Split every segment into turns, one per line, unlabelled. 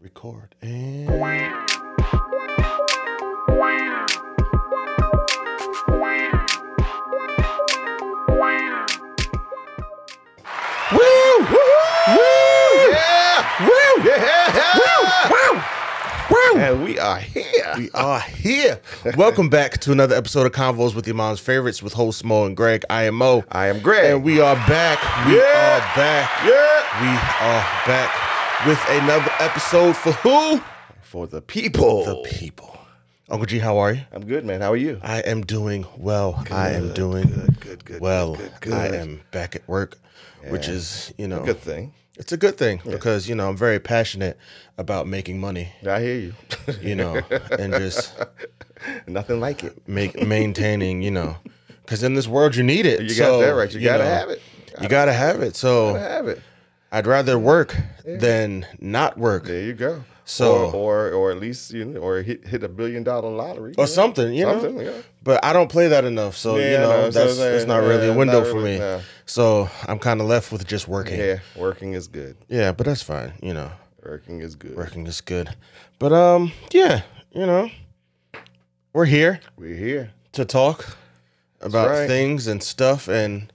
Record and woo woo woo
Yeah!
woo
Yeah!
woo woo.
And we are here.
We are here. Welcome back to another episode of Convos with Your Mom's Favorites with hosts Mo and Greg. I am Mo.
I am Greg.
And we are back. We
Yeah.
are back.
yeah!
We are back with another episode for who?
For the people.
The people. Uncle G, how are you?
I'm good, man. How are you?
I am doing well. I am doing
good, good, good,
well.
good, good,
I
good.
am back at work, which is, you know,
Good thing.
it's a good thing because, you know, I'm very passionate about making money,
I hear you.
you know, and just
Nothing like it.
make maintaining, you know, because in this world you need it.
You
So,
got that right. You, gotta
know,
have it.
You gotta have it.
Gotta
So
have it.
I'd rather work than not work
There you go.
So-
or or, or at least you know, or hit hit a billion dollar lottery
or something, you know.
Something, yeah.
But I don't play that enough, so
Yeah,
you
no,
know
so
that's
it's like,
it's not really
yeah,
a window
not
for
really,
me.
no.
So I'm kind of left with just working.
Yeah, working is good.
Yeah, but that's fine. You know,
Working is good.
working is good. But um, yeah, you know, we're here
We're here.
to talk about
right.
things and stuff and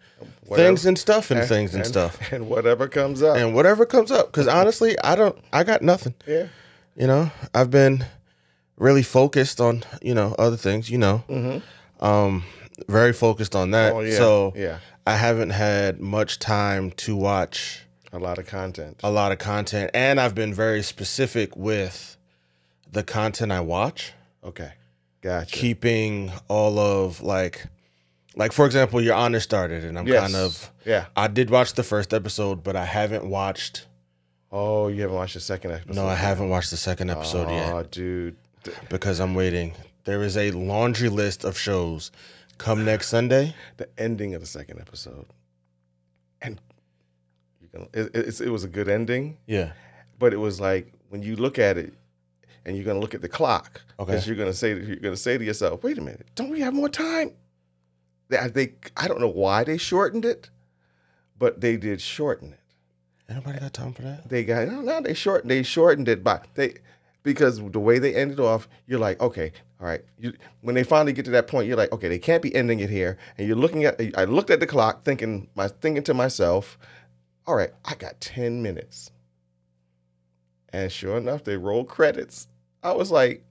Whatever.
things and stuff and things and stuff.
And whatever comes up.
and whatever comes up. Because honestly, I don't. I got nothing.
yeah.
You know, I've been really focused on you know other things. You know, um, very focused on that.
Mm-hmm. Oh, yeah.
Uh, So
Yeah.
I haven't had much time to watch
A lot of content.
a lot of content, and I've been very specific with the content I watch,
Okay. Gotcha.
keeping all of like, like for example, Your Honor started, and I'm
Yes.
kind of.
Yeah.
I did watch the first episode, but I haven't watched.
Oh, you haven't watched the second episode.
No, I haven't watched the second episode
Oh,
yet.
dude. D-
because I'm waiting. There is a laundry list of shows come next Sunday.
The ending of the second episode. And you can, it, it, it's- it was a good ending,
Yeah.
but it was like when you look at it and you're going to look at the clock
Okay.
because you're going to say you're going to say to yourself, "Wait a minute. Don't we have more time?" They, I- they I don't know why they shortened it, but they did shorten it.
Anybody got time for that?
they got no, no. They shortened. They shortened it by they because the way they ended off, you're like, okay, all right. You, when they finally get to that point, you're like, okay, they can't be ending it here. And you're looking at. I looked at the clock, thinking my thinking to myself, all right, I got ten minutes. And sure enough, they roll credits. I was like,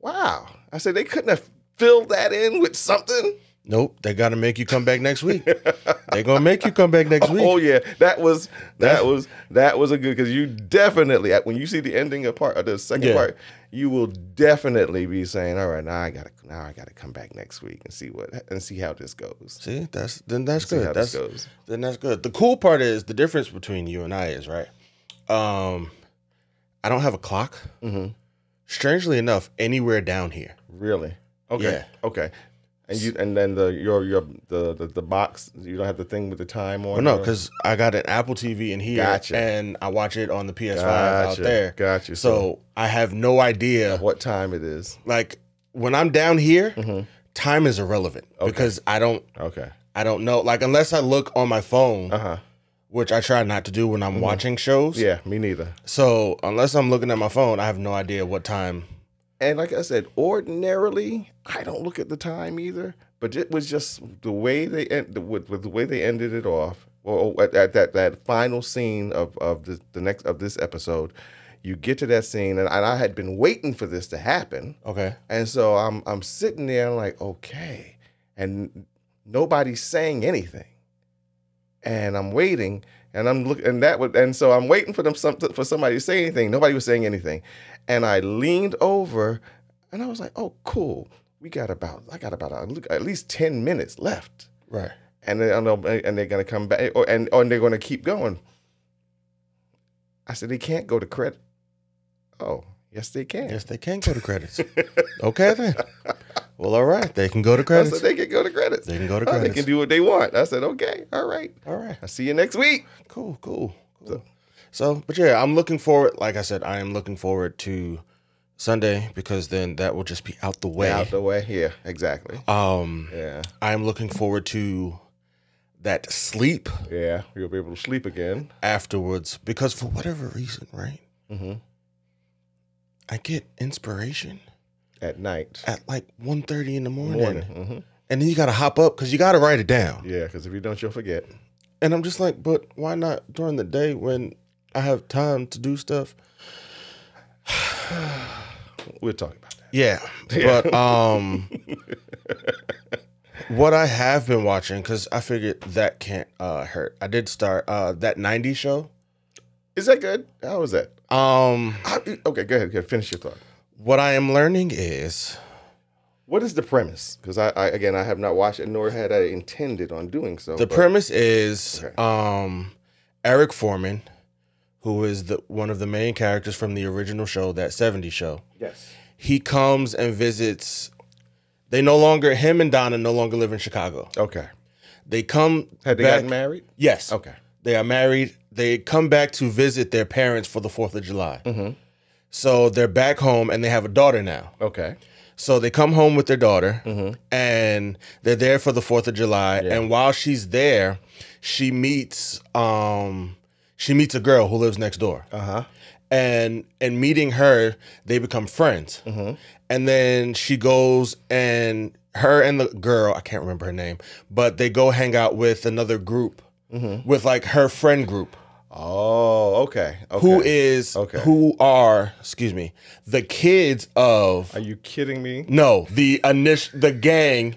wow. I said they couldn't have filled that in with something.
Nope. They got to make you come back next week. They're going to make you come back next week.
Oh yeah, that was
That's-
that was that was a good because you definitely when you see the ending of part of the second
Yeah.
part, you will definitely be saying, "All right, now I gotta now I gotta come back next week and see what and see how this goes."
See, that's then that's
See how
good.
this
That's
goes.
then that's good. The cool part is the difference between you and I is right. Um, I don't have a clock.
hmm
Mm-hmm. Strangely enough, anywhere down here.
Really? Okay.
Yeah.
Okay. And you and then the your your the, the the box you don't have the thing with the time on.
Well, no,
or-
because I got an Apple TV in here,
Gotcha.
and I watch it on the PS5 out
gotcha,
there.
Gotcha.
So I have no idea
what time it is?
like when I'm down here,
Mm-hmm.
time is irrelevant because I don't
Okay.
I don't know like unless I look on my phone,
Uh huh.
which I try not to do when I'm watching shows.
Mm-hmm. Yeah. Me neither.
So unless I'm looking at my phone, I have no idea what time.
And like I said, ordinarily I don't look at the time either, but it was just the way they end with, with the way they ended it off. Well, at, at that that final scene of of the, the next of this episode, you get to that scene, and I, I had been waiting for this to happen,
Okay.
and so I'm I'm sitting there, I'm like, okay, and nobody's saying anything, and I'm waiting, and I'm look, and that would, and so I'm waiting for them some, for somebody to say anything. Nobody was saying anything, and I leaned over, and I was like, oh, cool, we got about, I got about uh, look, at least ten minutes left,
Right.
and they, and they'll- and they're gonna come back, eh, or and or they're gonna keep going. I said they can't go to credit. Oh, yes, they can.
Yes, they can go to credits. okay then. Well, all right. They can go to
I
credits.
said they can go to credits.
They can go to
Oh,
credits.
they can do what they want. I said, okay, all right.
all right.
I'll see you next week.
Cool. Cool. Cool. So, but yeah, I'm looking forward. Like I said, I am looking forward to Sunday because then that will just be out the way.
Out the way. Yeah, exactly.
um.
Yeah.
I'm looking forward to that sleep
Yeah, you'll be able to sleep again.
afterwards because for whatever reason, right?
Mm-hmm.
I get inspiration
At night,
at like 1.30 in the morning.
morning. Mm-hmm.
And then you got to hop up because you got to write it down.
Yeah, because if you don't, you'll forget.
And I'm just like, but why not during the day when I have time to do stuff?
We'll talk about that.
Yeah. But um what I have been watching cuz I figured that can't uh hurt. I did start uh that 90s show.
Is that good? How is that?
Um
How- okay, go ahead. Go ahead. Finish your thought.
what I am learning is
What is the premise? Because I, I, again, I have not watched it, nor had I intended on doing so.
the
but-
premise is
Okay.
um Eric Foreman who is the one of the main characters from the original show that 70s show.
Yes.
He comes and visits they no longer him and Donna no longer live in Chicago.
Okay.
They come
Had they
back,
gotten married?
Yes.
Okay.
They are married. They come back to visit their parents for the 4th of July.
Mm-hmm.
So they're back home and they have a daughter now.
Okay.
So they come home with their daughter
Mm-hmm.
and they're there for the 4th of July. And while she's there, she meets um she meets a girl who lives next door.
Uh-huh.
And and meeting her, they become friends.
Mm-hmm.
And then she goes and her and the girl, I can't remember her name, but they go hang out with another group
Mm-hmm.
with like her friend group.
Oh, okay. okay.
Who is
Okay.
who are excuse me the kids of
Are you kidding me?
no the initial the gang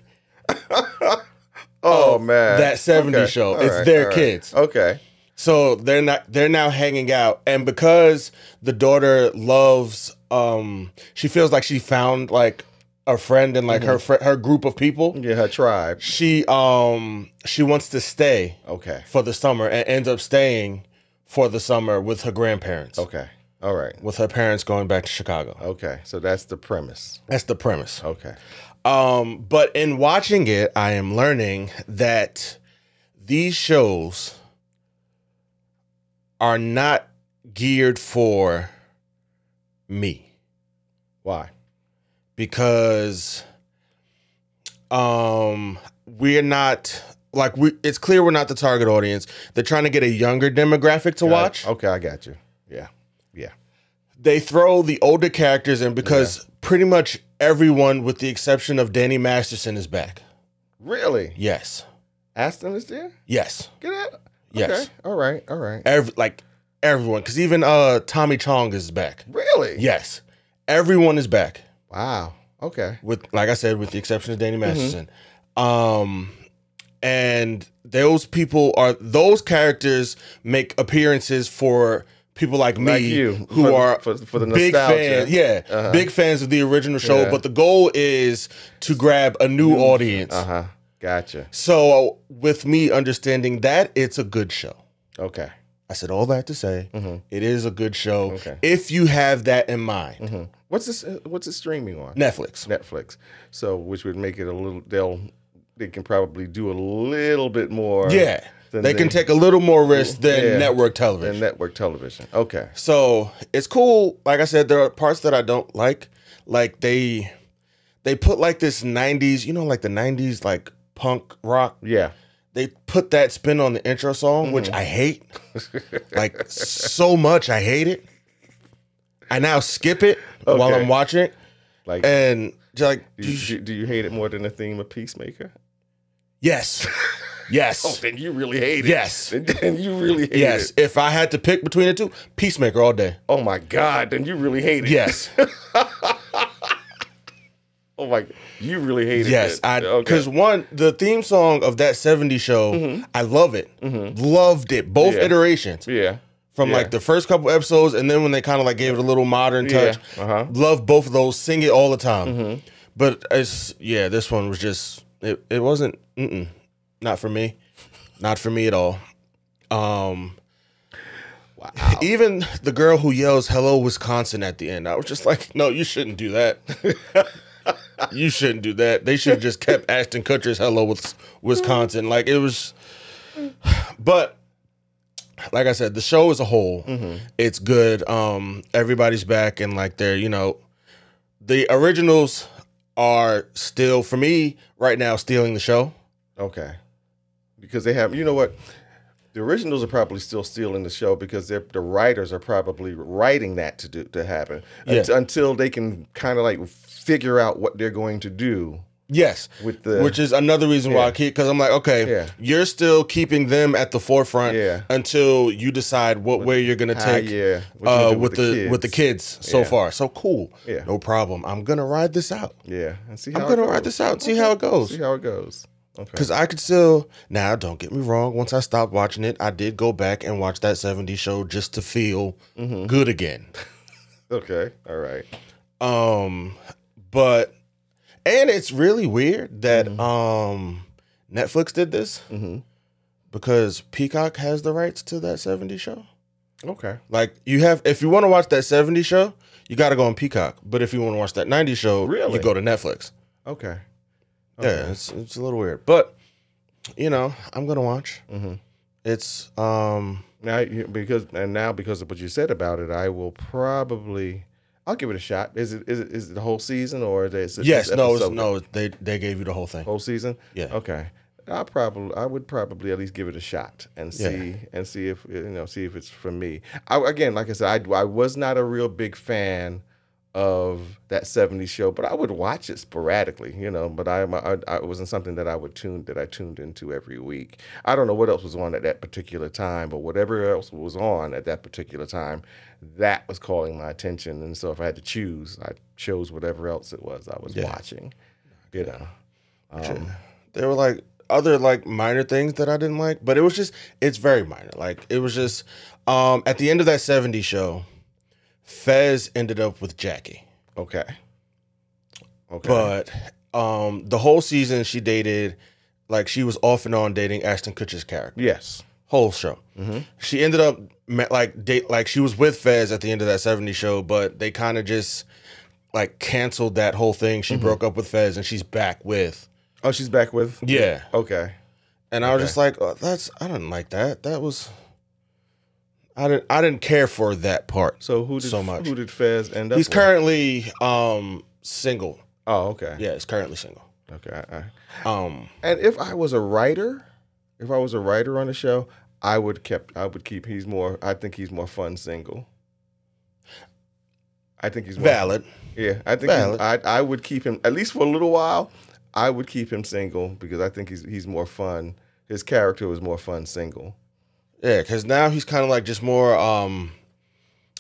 Oh, man.
that 70
Okay.
show.
All
It's
right,
their
all right.
kids.
Okay.
so they're not they're now hanging out and because the daughter loves um she feels like she found like a friend and like her
Mm-hmm.
fr- her group of people
Yeah, her tribe.
she um she wants to stay
Okay.
for the summer and ends up staying for the summer with her grandparents
Okay. All right.
with her parents going back to Chicago
Okay. So that's the premise.
that's the premise
Okay.
Um, but in watching it, I am learning that these shows are not geared for me
Why?
because um we're not like we it's clear we're not the target audience. They're trying to get a younger demographic to
Got it.
watch.
Okay, I got you. Yeah. Yeah.
They throw the older characters in because pretty much everyone with the exception of Danny Masterson is back.
Really?
Yes.
Aston is there?
Yes.
Get out.
Yes.
Okay. All right. All right.
every like everyone because even uh tommy chong is back
Really?
yes everyone is back
Wow. Okay.
with like i said with the exception of
Mm-hmm.
danny masterson um and those people are those characters make appearances for people like me
Like you,
who
for-
are
for- for the
big
nostalgia.
fans yeah
Uh-huh.
big fans of the original show
Yeah.
but the goal is to grab a new audience
Uh huh. Gotcha.
so with me understanding that it's a good show
Okay.
I said all that to say it is a good show
Mm-hmm. Okay.
if you have that in mind.
Hmm. What's this? uh, What's it streaming on?
Netflix.
Netflix. So, which would make it a little. They'll. They can probably do a little bit more.
Yeah.
Then
they
they-
can take a little more risk than
Yeah.
network television.
Than network television. Okay.
so it's cool. Like I said, there are parts that I don't like. Like they they put like this nineties, you know, like the nineties like punk rock.
Yeah.
They put that spin on the intro song,
Mm-hmm.
which I hate. like so much I hate it. I now skip it while
Okay.
I'm watching it.
Like,
And just like
do, you, do you hate it more than the theme of Peacemaker?
Yes.
Oh,
Yes.
then you really hate it.
Yes.
Then, then you really hate
Yes.
it.
If I had to pick between the two, Peacemaker all day.
Oh my God. Then you really hate it.
Yes.
Oh my. You really hate
Yes.
it.
I
Okay. Mm-hmm.
because one, the theme song of that 70 show, I love it. Loved it. Both
Yeah.
iterations.
Yeah.
From
Yeah.
like the first couple episodes and then when they kind of like gave it a little modern touch.
Yeah, uh-huh. Mm-hmm.
Love both of those. Sing it all the time. But it's yeah, this one was just it, it wasn't mm-mm, not for me. Not for me at all. Um
Wow.
Even the girl who yells "Hello, Wisconsin" at the end, I was just like, "No, you shouldn't do that. you shouldn't do that. They should have just kept Ashton Kutcher's "Hello, Wis- Wisconsin." Like it was, but like I said, the show as a whole,
Mm-hmm.
it's good. Um, everybody's back and like they're you know, the originals are still for me right now stealing the show.
Okay. because they have you know what the originals are probably still stealing the show because they're, the writers are probably writing that to do to happen
Yeah.
Unt- until they can kind of like figure out what they're going to do
Yes.
with the
Which is another reason why I
Yeah.
keep because I'm like, okay,
Yeah.
you're still keeping them at the forefront
Yeah.
until you decide what way you're gonna
Ah,
take
yeah What you
uh,
do
with the with the
kids.
kids so
Yeah.
far. So cool,
Yeah.
no problem. I'm gonna ride this out.
yeah and see how
I'm
it
gonna
goes.
ride this out and see how it
see
goes.
how it goes okay
Because I could still now. Don't get me wrong. Once I stopped watching it, I did go back and watch that '70s show just to feel
Mhm.
good again.
okay all right
Um, but and it's really weird that
Mm-hmm.
um Netflix did this
hmm
because Peacock has the rights to that 70 show.
okay
Like you have if you want to watch that 70 show, you got to go on Peacock. But if you want to watch that 90 show,
Really?
you go to Netflix.
okay
Yeah, it's it's a little weird. But you know, I'm going to watch.
hmm
It's um
now you, because and now because of what you said about it i will probably I'll give it a shot. Is it is it, is it the whole season or is it is it
yes, no, it's,
episode?
no, they they gave you the whole thing.
whole season.
Yeah.
Okay. I probably I would probably at least give it a shot and see
Yeah.
and see if you know see if it's for me. I, again, like I said, I, I was not a real big fan of that '70s show, but I would watch it sporadically, you know. But I, I, I it wasn't something that I would tune that I tuned into every week. I don't know what else was on at that particular time, but whatever else was on at that particular time, that was calling my attention. And so if I had to choose, I chose whatever else it was I was
Yeah.
watching, you know. Um,
there were like other like minor things that I didn't like, but it was just it's very minor. Like it was just um at the end of that 70 show, Fez ended up with Jackie.
Okay. Okay.
But um the whole season she dated like she was off and on dating Ashton Kutcher's character.
yes.
Whole show.
Mhm.
She ended up ma- like date like she was with Fez at the end of that 70 show, but they kind of just like canceled that whole thing. She broke up with Fez and she's back with
Oh, she's back with.
Yeah.
Okay.
And I was just like, oh, that's I didn't like that. That was I didn't I didn't care for that part.
So who did
So much.
who did Fez end up?
He's
with?
currently um single.
Oh, okay.
Yeah, he's currently single.
Okay. I- I-
Um
And if I was a writer, if I was a writer on the show, I would kept. I would keep. He's more. I think he's more fun single. I think he's more,
valid.
Yeah, I think he's-
Valid.
I I would keep him at least for a little while. I would keep him single because I think he's he's more fun. His character was more fun single.
Yeah, cuz now he's kind of like just more um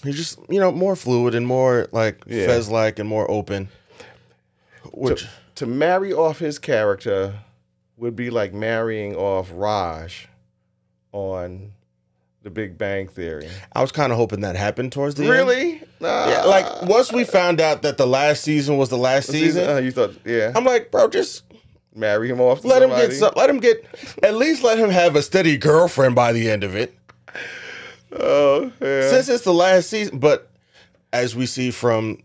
he's just, you know, more fluid and more like
Yeah.
Fez like and more open. Which
to, to marry off his character would be like marrying off Raj on The Big Bang Theory.
I was kind of hoping that happened towards the end.
Really? Nah.
Yeah, like once we found out that the last season was the last season,
Uh, you thought, yeah,
I'm like, bro, just
marry him off. To
Let him get
somebody?
some, let him get at least let him have a steady girlfriend by the end of it.
Oh, yeah.
Since it's the last season, but as we see from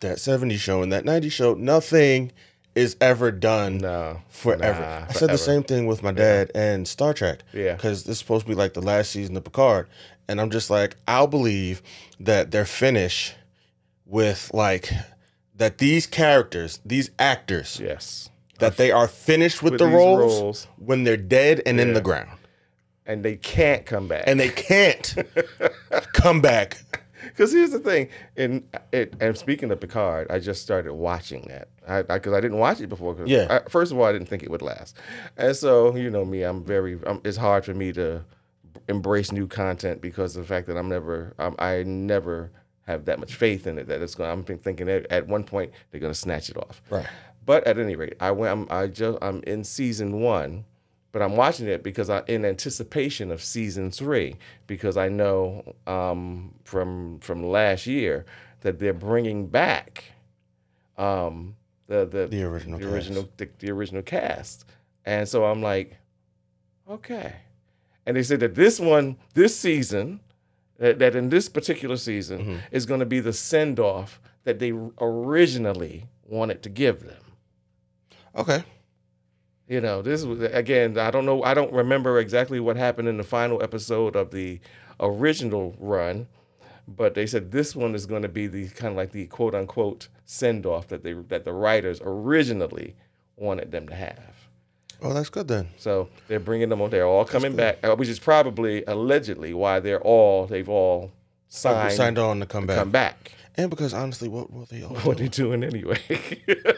that 70s show and that 90s show, nothing is ever done
no,
forever.
Nah,
I said
forever.
the same thing with my dad and Star Trek.
Yeah.
Because this is supposed to be like the last season of Picard. And I'm just like, I'll believe that they're finished with like that these characters, these actors,
Yes.
that they are finished with,
With
the
these
roles,
roles.
when they're dead and in
Yeah.
the ground.
And they can't come back.
and they can't come back.
Because here's the thing, and it, and speaking of Picard, I just started watching that. I because I, didn't watch it before. 'cause
Yeah.
I, first of all, I didn't think it would last, and so you know me, I'm very. i it's hard for me to embrace new content because of the fact that I'm never. I'm, I never have that much faith in it that it's going. I'm thinking that at one point they're going to snatch it off.
Right.
But at any rate, I went. I'm, I just. I'm in season one, but I'm watching it because I, in anticipation of season three, because I know um, from from last year that they're bringing back um, the the
The original
the
cast.
original the, the original cast, and so I'm like, okay, and they said that this one this season. That that in this particular season
Mm-hmm.
is going to be the send off that they originally wanted to give them.
Okay.
You know, this was again. I don't know. I don't remember exactly what happened in the final episode of the original run, but they said this one is going to be the kind of like the quote unquote send off that they that the writers originally wanted them to have.
Oh, that's good then.
So they're bringing them on. They're all coming back, uh, which is probably allegedly why they're all they've all signed,
Signed on to come back.
come back.
And because honestly, what will they all
What
do
they doing anyway?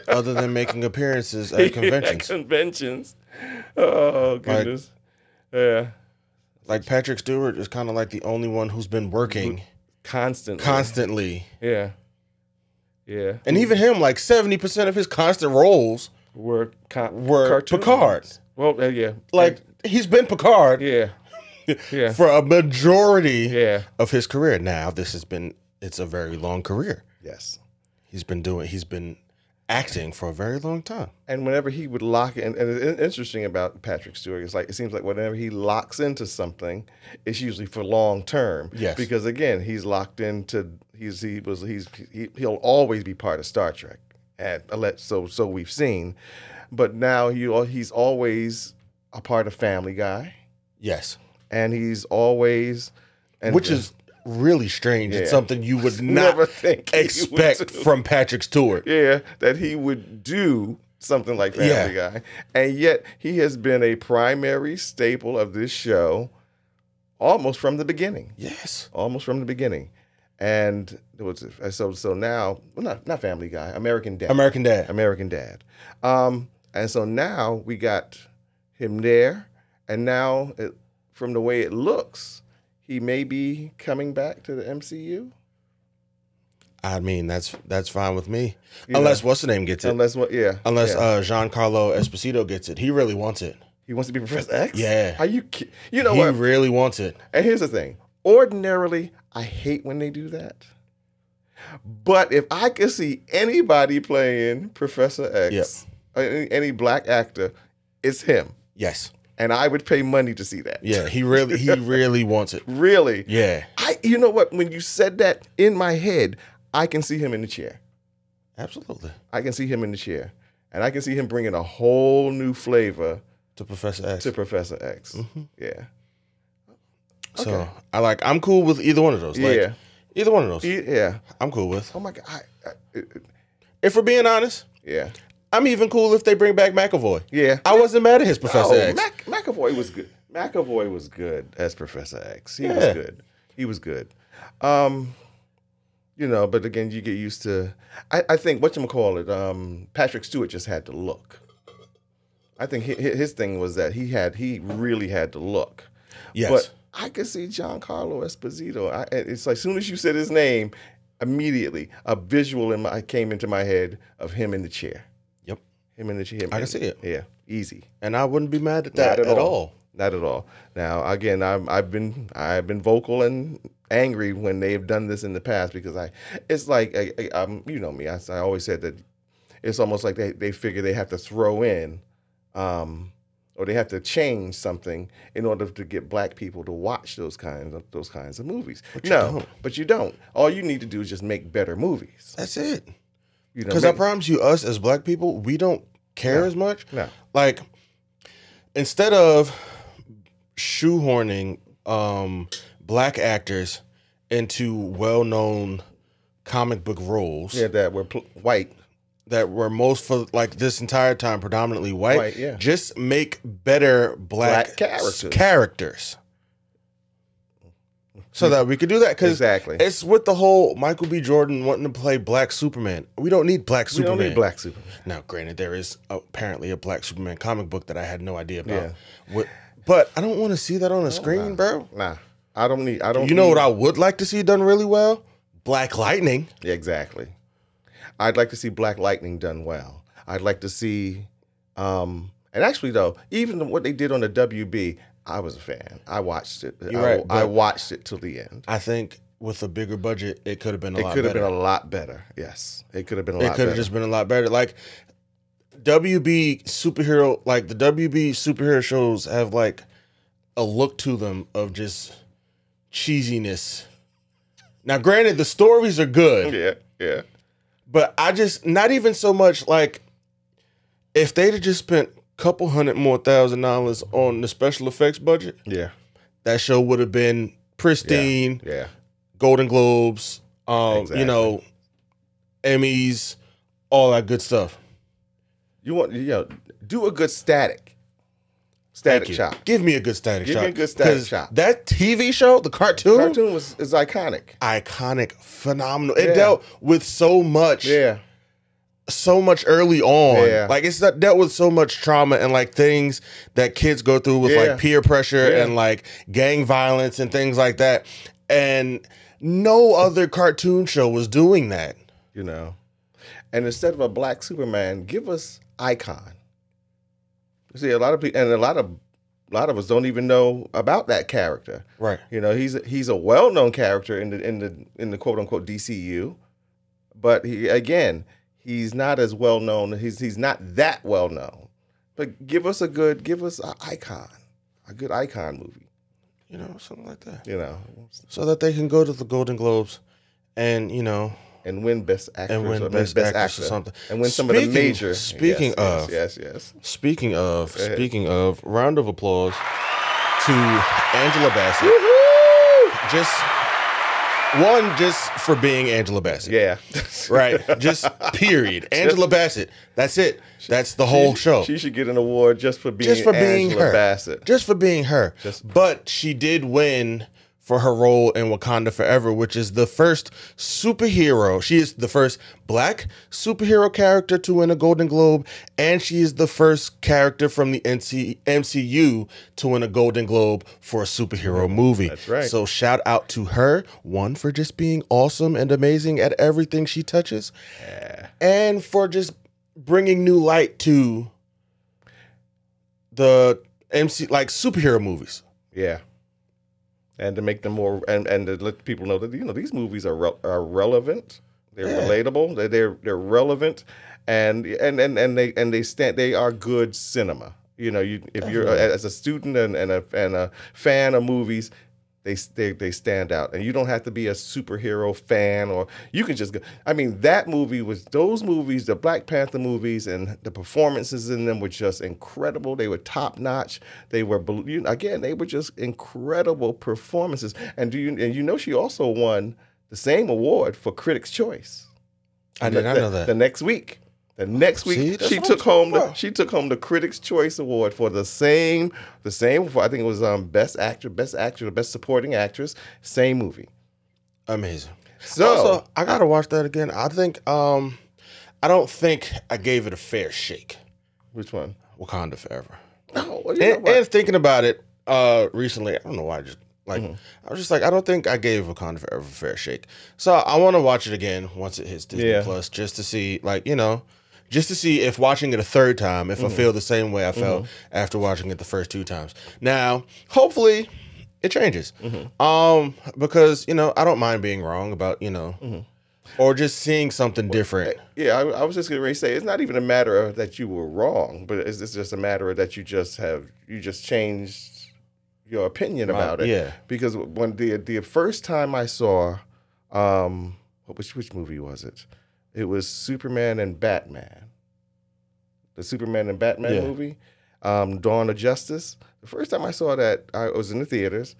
other than making appearances at
At
conventions?
conventions. Oh goodness. yeah.
Like Patrick Stewart is kind of like the only one who's been working
Mm-hmm. Constantly.
constantly.
yeah. Yeah.
And even him, like 70% of his constant roles,
were con-
were
cartoons.
Picard.
Well, uh, yeah.
like he's been Picard
yeah. Yeah.
for a majority
Yeah.
of his career. Now, this has been, it's a very long career.
Yes.
He's been doing, he's been acting for a very long time.
and whenever he would lock in, and it's interesting about Patrick Stewart is like it seems like whenever he locks into something, it's usually for long term.
Yes.
because again, he's locked into he's he was he's he, he'll always be part of Star Trek, and let so so we've seen, but now he al- he's always a part of Family Guy,
Yes.
and he's always and
Which is really strange. It's
Yeah.
something you would not
never think he would
expect
do.
from Patrick Stewart.
yeah, that he would do something like Family
Yeah.
Guy. And yet he has been a primary staple of this show almost from the beginning.
Yes.
Almost from the beginning. And it was so so now well not not Family Guy, American Dad.
American Dad.
American Dad. Um, and so now we got him there, and now it, from the way it looks, he may be coming back to the MCU.
I mean, that's that's fine with me.
Yeah.
Unless what's the name gets it.
Unless what? Yeah.
Unless
yeah.
uh, Giancarlo Esposito gets it. He really wants it.
he wants to be Professor X.
Yeah.
Are you? ki- You know
he
what?
really wants it.
And here's the thing. Ordinarily, I hate when they do that. But if I could see anybody playing Professor X, uh, any, any black actor, it's him.
Yes.
And I would pay money to see that.
Yeah. He really he really wants it.
Really.
Yeah.
I you know what? When you said that in my head, I can see him in the chair.
Absolutely.
I can see him in the chair. And I can see him bringing a whole new flavor
To Professor X. Mm-hmm.
to Professor X. Yeah.
So I like I'm cool with either one of those. Like
Yeah.
either one of those.
He- yeah.
I'm cool with.
Oh my god. I, I, it- it-
If we're being honest,
yeah.
I'm even cool if they bring back McAvoy.
Yeah.
I wasn't mad at his Professor
Oh,
X.
Mac, McAvoy was good. McAvoy was good as Professor X. He was
Yeah.
good. He was good. Um, you know, but again, you get used to. I, I think what you call it. Um, Patrick Stewart just had to look. I think hi- hi- his thing was that he had he really had to look.
yes.
But I could see Giancarlo Esposito. I, it's like soon as you said his name, immediately a visual in my came into my head of him in the chair.
Yep.
Him in the chair.
I can see it.
Yeah, easy.
And I wouldn't be mad at that
Not
at, all.
Not at all. Now, again, I've, I've been I've been vocal and angry when they've done this in the past because I, it's like I, I, am you know me. I, I always said that it's almost like they they figure they have to throw in, um, or they have to change something in order to get black people to watch those kinds of those kinds of movies. no,
don't.
but you don't. All you need to do is just make better movies.
That's it.
You know,
Because I
make-
promise you, us as black people, we don't care as much.
no.
Like, instead of shoehorning um, black actors into well known comic book roles
yeah, that were pl- white.
that were most for like this entire time predominantly white,
White, yeah.
just make better black,
Black characters.
characters. So that we could do that. Because
Exactly.
It's with the whole Michael B. Jordan wanting to play Black Superman. We don't need Black
We
Superman.
don't need black Superman.
Now, granted, there is apparently a Black Superman comic book that I had no idea about.
Yeah.
What, but I don't want to see that on a screen, bro.
Nah, I don't need. I don't.
You know
need-
what I would like to see done really well? Black Lightning.
Yeah, Exactly. I'd like to see Black Lightning done well. I'd like to see, um, and actually though, even what they did on the WB, I was a fan. I watched it.
You're
I,
right,
I
but-
watched it till the end.
I think with a bigger budget, it could have been a
It
lot
could have
better.
been a lot better. Yes, it could have been a
it
lot
could
better.
have just been a lot better. Like WB superhero, like the WB superhero shows have like a look to them of just cheesiness. Now, granted, the stories are good,
yeah, yeah,
but I just not even so much like if they'd have just spent a couple hundred more thousand dollars on the special effects budget,
yeah,
that show would have been pristine.
yeah.
Golden Globes, um,
Exactly.
you know, Emmys, all that good stuff.
You want you know, do a good static.
Thank
Static
you.
Shock.
Give me a good static
Give me
shock.
a good Static
'cause
Shock.
That TV show, the cartoon,
Cartoon was is iconic.
iconic, phenomenal. It
Yeah.
dealt with so much,
Yeah,
so much early on.
Yeah.
Like it's not, dealt with so much trauma and like things that kids go through with
Yeah.
like peer pressure
Yeah.
and like gang violence and things like that. And no other cartoon show was doing that.
you know. And instead of a black Superman, give us Icon. You See, a lot of people and a lot of a lot of us don't even know about that character.
Right.
You know, he's he's a well-known character in the in the in the quote-unquote DCU, but he again, he's not as well-known. He's he's not that well-known. But give us a good, give us an icon, a good icon movie.
You know, something like that.
You know,
So that they can go to the Golden Globes and, you know,
and win best actor
and win best, actress or something.
and win some of the
Speaking-
major.
Speaking
yes,
of,
yes, yes, yes.
speaking of,
ahead.
speaking of, round of applause to Angela Bassett. Just one, just for being Angela Bassett.
yeah,
Right. Just period. Angela Bassett. That's it. That's the whole
She-
show.
She should get an award just for being
Just for being
Angela
her.
Bassett.
Just for being her.
Just-
but she did win for her role in Wakanda Forever, which is the first superhero. She is the first black superhero character to win a Golden Globe, and she is the first character from the NC- MCU to win a Golden Globe for a superhero movie.
That's right.
So shout out to her, one for just being awesome and amazing at everything she touches, and for just bringing new light to the MC like superhero movies.
Yeah. And to make them more, and, and to let people know that you know these movies are re- are relevant, they're
Yeah.
relatable, they're, they're they're relevant, and and and and they and they stand, they are good cinema. You know, you if you're
Definitely.
as a student and, and a and a fan of movies, they, s- they they stand out, and you don't have to be a superhero fan, or you can just go. I mean, that movie was those movies, the Black Panther movies, and the performances in them were just incredible. They were top notch. They were bel- you- again, they were just incredible performances. And do you and you know she also won the same award for Critics' Choice.
I did not know that.
The next week. The next week,
See, that's
she
what I'm
took
talking
home the
about.
she took home the Critics' Choice Award for the same the same for I think it was um Best Actor, Best Actor, Best Supporting Actress, same movie.
Amazing.
So
also, I gotta watch that again. I think um I don't think I gave it a fair shake.
which one?
Wakanda Forever.
No,
And, and thinking about it uh recently, I don't know why I just like I was just like I don't think I gave Wakanda Forever a fair shake. So I want to watch it again once it hits Disney
Yeah.
Plus just to see like, you know, just to see if watching it a third time if I feel the same way I felt after watching it the first two times. Now, hopefully it changes. Um because, you know, I don't mind being wrong about, you know, or just seeing something different.
yeah, I, I was just going to say it's not even a matter of that you were wrong, but it's, it's just a matter of that you just have you just changed your opinion about it.
yeah.
because when the the first time I saw, um, what which which movie was it? It was Superman and Batman, the Superman and Batman
Yeah.
movie, um, Dawn of Justice. The first time I saw that, I was in the theaters.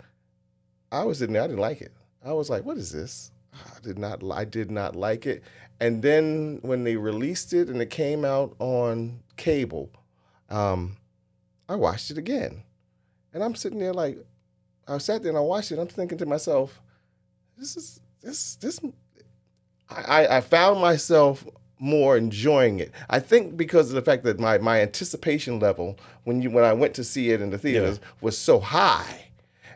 I was in there. I didn't like it. I was like, "What is this?" I did not. li- I did not like it. And then when they released it and it came out on cable, um, I watched it again, and I'm sitting there like, I sat there and I watched it. I'm thinking to myself, "This is this this." I, I- I found myself more enjoying it. I think because of the fact that my my anticipation level when you when I went to see it in the theaters was so high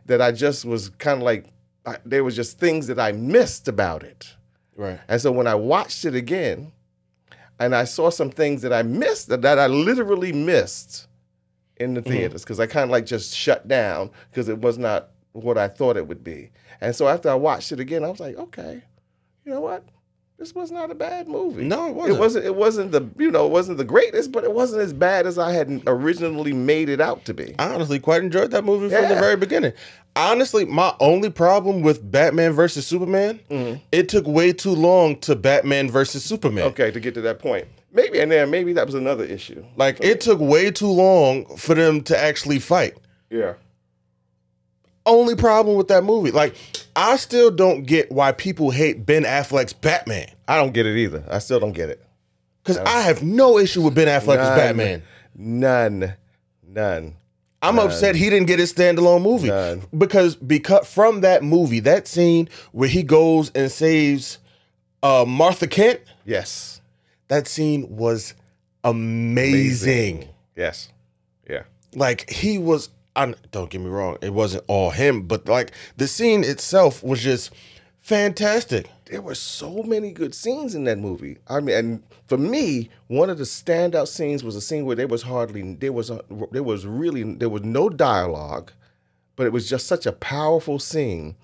that I just was kind of like I, there was just things that I missed about it.
Right.
And so when I watched it again, and I saw some things that I missed that, that I literally missed in
Mm-hmm.
the theaters because I kind of like just shut down because it was not what I thought it would be. And so after I watched it again, I was like, okay, you know what? This was not a bad movie.
No, it wasn't.
It wasn't. It wasn't the you know it wasn't the greatest, but it wasn't as bad as I had originally made it out to be.
I honestly quite enjoyed that movie from
Yeah.
the very beginning. Honestly, my only problem with Batman versus Superman, it took way too long to Batman versus Superman.
Mm-hmm. Okay, to get to that point, maybe and then maybe that was another issue.
Like it took way too long for them to actually fight.
Yeah,
Only problem with that movie. Like I still don't get why people hate Ben Affleck's Batman
I don't get it either. I still don't get it.
cuz I have no issue with Ben Affleck as
None.
Batman.
None. None.
I'm upset he didn't get his standalone movie
None.
because because from that movie, that scene where he goes and saves uh, Martha Kent,
Yes.
that scene was amazing.
Yes. Yeah.
Like he was. I don't get me wrong; it wasn't all him, but like the scene itself was just fantastic.
There were so many good scenes in that movie. I mean, and for me, one of the standout scenes was a scene where there was hardly there was a, there was really there was no dialogue, but it was just such a powerful scene,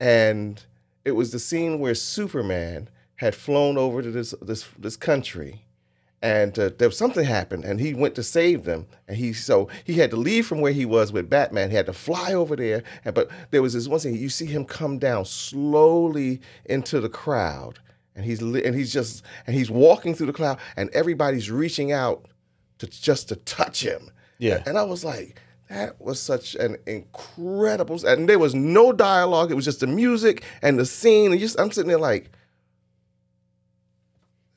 and it was the scene where Superman had flown over to this this this country, and uh, there was something happened, and he went to save them, and he so he had to leave from where he was with Batman. He had to fly over there, and but there was this one thing you see him come down slowly into the crowd, and he's li- and he's just and he's walking through the crowd, and everybody's reaching out to just to touch him.
Yeah.
and I was like. That was such an incredible, and there was no dialogue. It was just the music and the scene. And just, I'm sitting there like,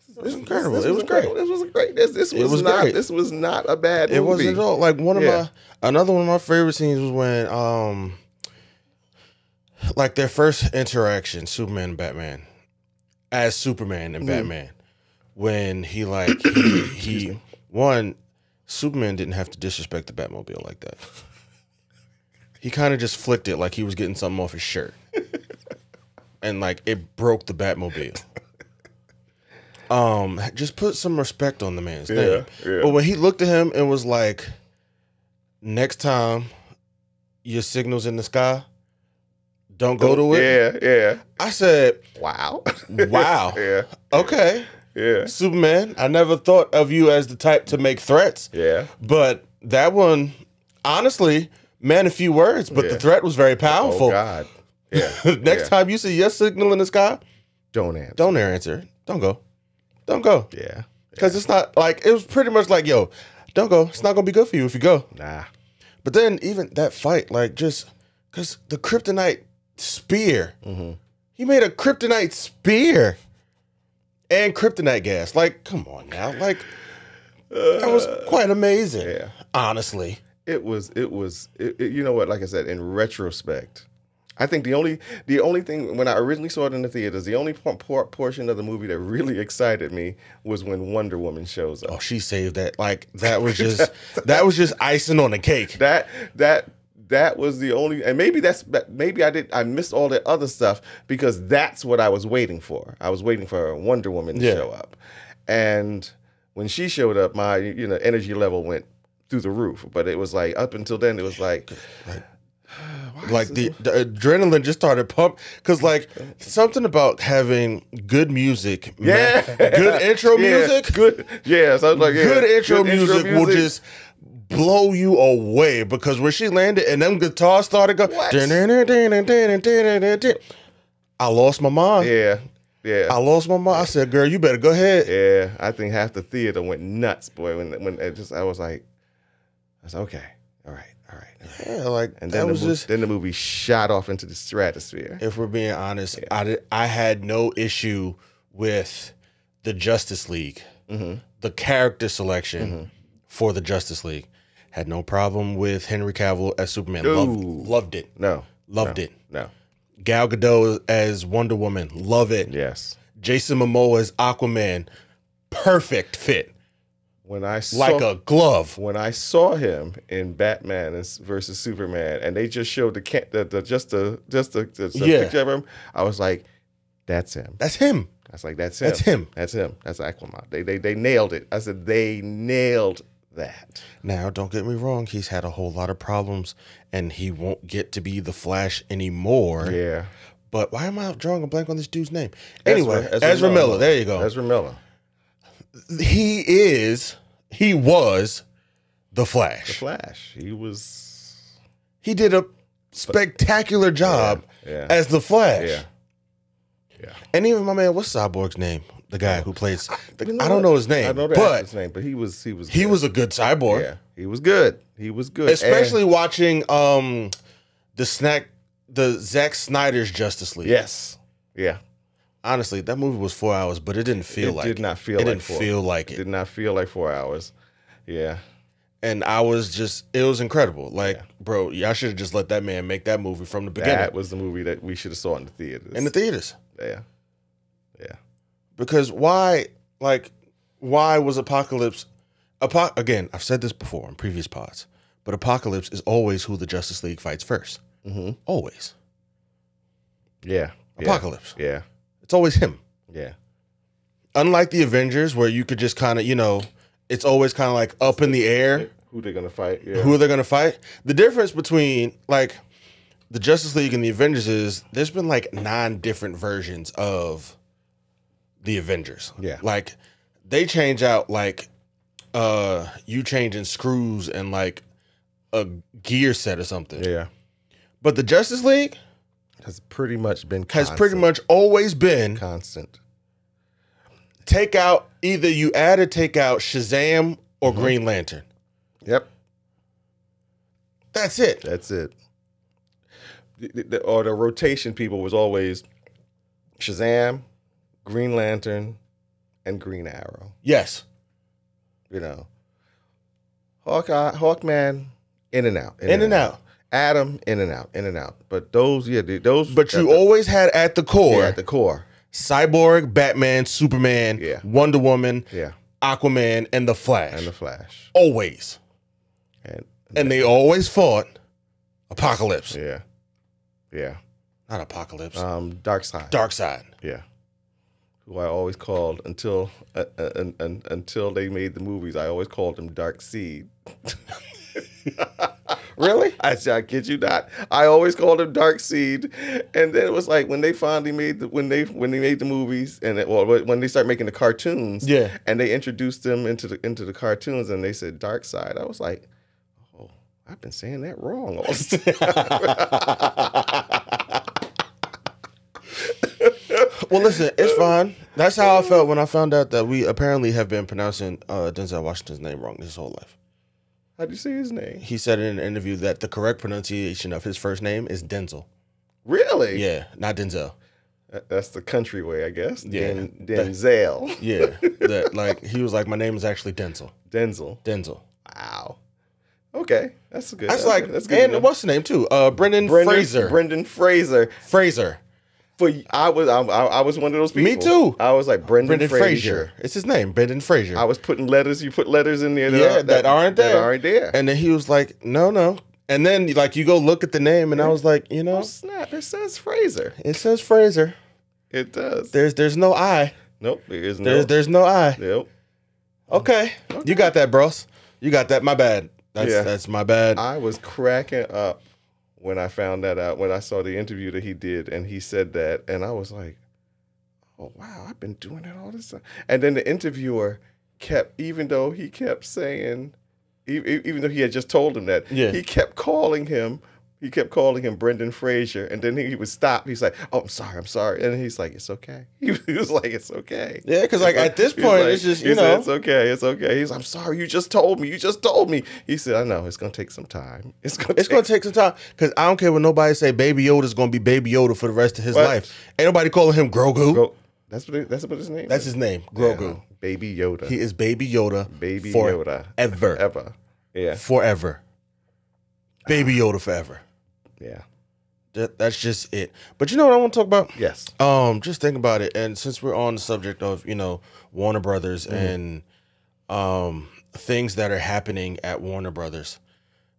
It was incredible. it was great.
incredible. This was great. This, this
It
was,
was
not.
great.
This was not a bad movie.
It wasn't at all. Like one of
Yeah.
my another one of my favorite scenes was when um like their first interaction, Superman and Batman. As Superman
Mm-hmm.
and Batman. When he like he, he one, Superman didn't have to disrespect the Batmobile like that. He kind of just flicked it like he was getting something off his shirt. and like it broke the Batmobile. Um, just put some respect on the man's name.
yeah.
But when he looked at him and was like, "Next time, your signal's in the sky, don't go to it."
Yeah, yeah.
I said,
Wow.
"Wow,
yeah,
okay,
yeah,
Superman. I never thought of you as the type to make threats,
yeah.
but that one, honestly, man, a few words, but
Yeah.
the threat was very powerful.
Oh God. Yeah.
Next
yeah.
time you see your signal in the sky,
don't answer.
don't air answer. it. Don't go. Don't go.
Yeah.
Because it's not like it was pretty much like, yo, don't go. It's not gonna be good for you if you go.
Nah.
But then even that fight, like just because the kryptonite spear,
Mm-hmm.
he made a kryptonite spear and kryptonite gas. Like, come on now, like that was quite amazing.
yeah.
Honestly,
It was. It was. It, it- you know what? Like I said, in retrospect. I think the only the only thing when I originally saw it in the theaters, the only por- por- portion of the movie that really excited me was when Wonder Woman shows up.
oh, she saved that. Like that was just that was just icing on the cake.
that that that was the only and maybe that's that- maybe i did i missed all the other stuff because that's what i was waiting for i was waiting for wonder woman to
Yeah.
show up and when she showed up my you know energy level went through the roof but it was like up until then it was like
like the, the adrenaline just started pump because like something about having good music
yeah
ma- good intro
Yeah,
music
good yeah so I was like yeah,
good intro music will
music.
just blow you away because when she landed and them guitars started
What?
going i lost my mind
yeah yeah
i lost my mind i said girl you better go ahead
Yeah, I think half the theater went nuts, boy. When when it just I was like, I was like, okay, all right, all right. all right."
yeah like
And
that
then the,
was
mo-
just
then the movie shot off into the stratosphere.
if we're being honest I, did- I had no issue with the justice league
Mm-hmm.
the character selection for the justice league had no problem with henry cavill as superman loved,
Ooh.
loved it
No,
loved it
no,
Gal Gadot as Wonder Woman, love it.
yes.
Jason Momoa as Aquaman, perfect fit,
When I saw,
like a glove.
when I saw him in Batman and s- versus Superman, and they just showed the, ca- the, the just the just the, the, the
Yeah.
picture of him, I was like, that's him.
That's him.
I was like, that's him.
That's him.
That's him. That's Aquaman. They they they nailed it. I said they nailed that.
Now, don't get me wrong, he's had a whole lot of problems, and he won't get to be the Flash anymore.
Yeah.
But why am I drawing a blank on this dude's name? Anyway, Ezra, Miller, There you go.
Ezra Miller.
he is. He was the
The
Flash.
Flash. He was.
He did a spectacular job
Yeah.
as the Flash.
yeah. Yeah.
And even my man, what's Cyborg's name? The guy who plays.
You
I don't
what?
know his name,
I know the
but
actor's name, but he was he was
he
good.
was a good cyborg,
yeah he was good he was good
especially watching um the snack the Zack Snyder's Justice League.
And- yes yeah
honestly, that movie was four hours, but it didn't feel
it
like
did
it.
not feel
It
like
didn't
four.
feel like
it
it.
did not feel like four hours yeah
and I was just it was incredible. Like, bro, y'all should have just let that man make that movie from the beginning
That was the movie that we should have saw in the theaters.
in the theaters.
yeah.
because why like why was apocalypse apo- again i've said this before in previous pods but apocalypse is always who the justice league fights first
Mm-hmm.
always
Yeah.
apocalypse
Yeah.
it's always him
Yeah.
unlike the avengers where you could just kind of you know it's always kind of like up in the
yeah.
air
Who they gonna fight? Yeah.
who they're gonna fight the difference between like the justice league and the avengers is there's been like nine different versions of the avengers
Yeah.
like they change out like uh you changing screws and like a gear set or something
Yeah.
but the justice league
Has pretty much been
has
constant,
pretty much always been
constant.
take out either you add or take out shazam or
Mm-hmm.
green lantern
Yep.
that's it
That's it. The- the- the- or the rotation people was always Shazam, Green Lantern, and Green Arrow.
yes
You know, Hawkeye, Hawkman, in and out,
in and out
Adam, in and out, in and out. But those, yeah, the- those.
but
at
you
the-
always had at the core
yeah, at the core,
Cyborg, Batman, Superman,
Yeah.
Wonder Woman,
yeah,
Aquaman, and the Flash.
and the Flash,
always.
and
And they always fought Apocalypse.
yeah, yeah,
Not Apocalypse.
um, Dark Side,
Dark Side.
yeah. Who I always called until uh, uh, un, un, until they made the movies, I always called him Dark Seed.
Really?
I said, I kid you not. I always called him Dark Seed, and then it was like when they finally made the when they when they made the movies and it, well when they start making the cartoons,
Yeah.
and they introduced them into the into the cartoons, and they said Dark Side. I was like, oh, I've been saying that wrong all this time.
Well, listen, it's fine. That's how I felt when I found out that we apparently have been pronouncing uh, Denzel Washington's name wrong his whole life.
How'd you say his name?
He said in an interview that the correct pronunciation of his first name is Denzel.
Really?
Yeah, not Denzel.
That- That's the country way, I guess.
Yeah.
Den, Denzel.
Yeah, that like he was like, my name is actually Denzel.
Denzel.
Denzel.
Wow. Okay, that's good.
That's like
good. that's good. to know.
and what's the name too? Uh, Brendan
Brendan
Fraser.
Brendan Fraser.
Fraser.
For I was I, I I was one of those people.
Me too.
I was like Brendan,
Brendan
Fraser.
Fraser. It's his name, Brendan Fraser.
I was putting letters. You put letters in there. That
yeah,
aren't-
that, aren't there.
That aren't there.
And then he was like, "No, no." And then like you go look at the name, and I was like, you
oh
know,
snap! It says Fraser.
it says Fraser.
It does.
There's there's no I.
nope. There is no.
There's there's no I.
nope.
Okay, you got that, bros. You got that. My bad. That's
Yeah.
that's my bad.
I was cracking up when I found that out. When I saw the interview that he did, and he said that, and I was like, "Oh wow, I've been doing it all this time." And then the interviewer kept, even though he kept saying, e- e- even though he had just told him that,
Yeah.
he kept calling him. He kept calling him Brendan Fraser, and then he, he would stop. He's like, "Oh, I'm sorry, I'm sorry," and he's like, "It's okay." He was, he was like, "It's okay."
yeah, because like at this
He's
point,
like-
it's just
he
you
said,
know.
it's okay, it's okay. He's, I'm sorry, you just told me, you just told me. He said, I know it's gonna take some time. It's gonna,
It's
take,
gonna take some time because I don't care what nobody say. Baby Yoda's gonna be Baby Yoda for the rest of his
What?
life. Ain't nobody calling him Grogu.
Gro- That's what it- that's what his name.
That's
is.
his name,
Yeah.
Grogu.
Baby Yoda.
He is Baby Yoda.
Baby Yoda.
Ever.
Ever. Yeah,
Forever. Baby Yoda forever.
yeah,
That, that's just it. But you know what I want to talk about?
yes.
Um, just think about it. And since we're on the subject of, you know, Warner Brothers
Mm-hmm.
and um things that are happening at Warner Brothers,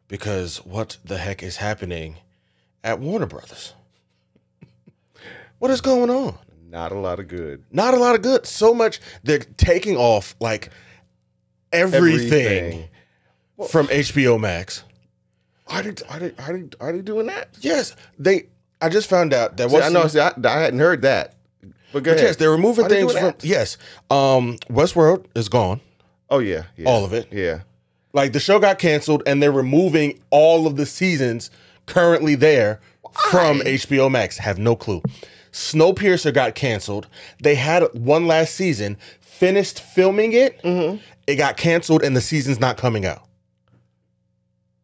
because what the heck is happening at Warner Brothers? what is going on?
Not a lot of good.
Not a lot of good. So much they're taking off like everything. from HBO Max.
Are they, are they are they are they doing that?
Yes, they. I just found out that
See,
was
I know. See, I, I hadn't heard that. But go
But yes,
ahead.
they're removing
Are they
things
doing
from.
that?
Yes, um, Westworld is gone.
Oh yeah, yeah.
All of it.
Yeah,
Like the show got canceled, and they're removing all of the seasons currently there from HBO Max. Have no clue. Snowpiercer got canceled. They had one last season, finished filming it.
Mm-hmm.
It got canceled, and the season's not coming out.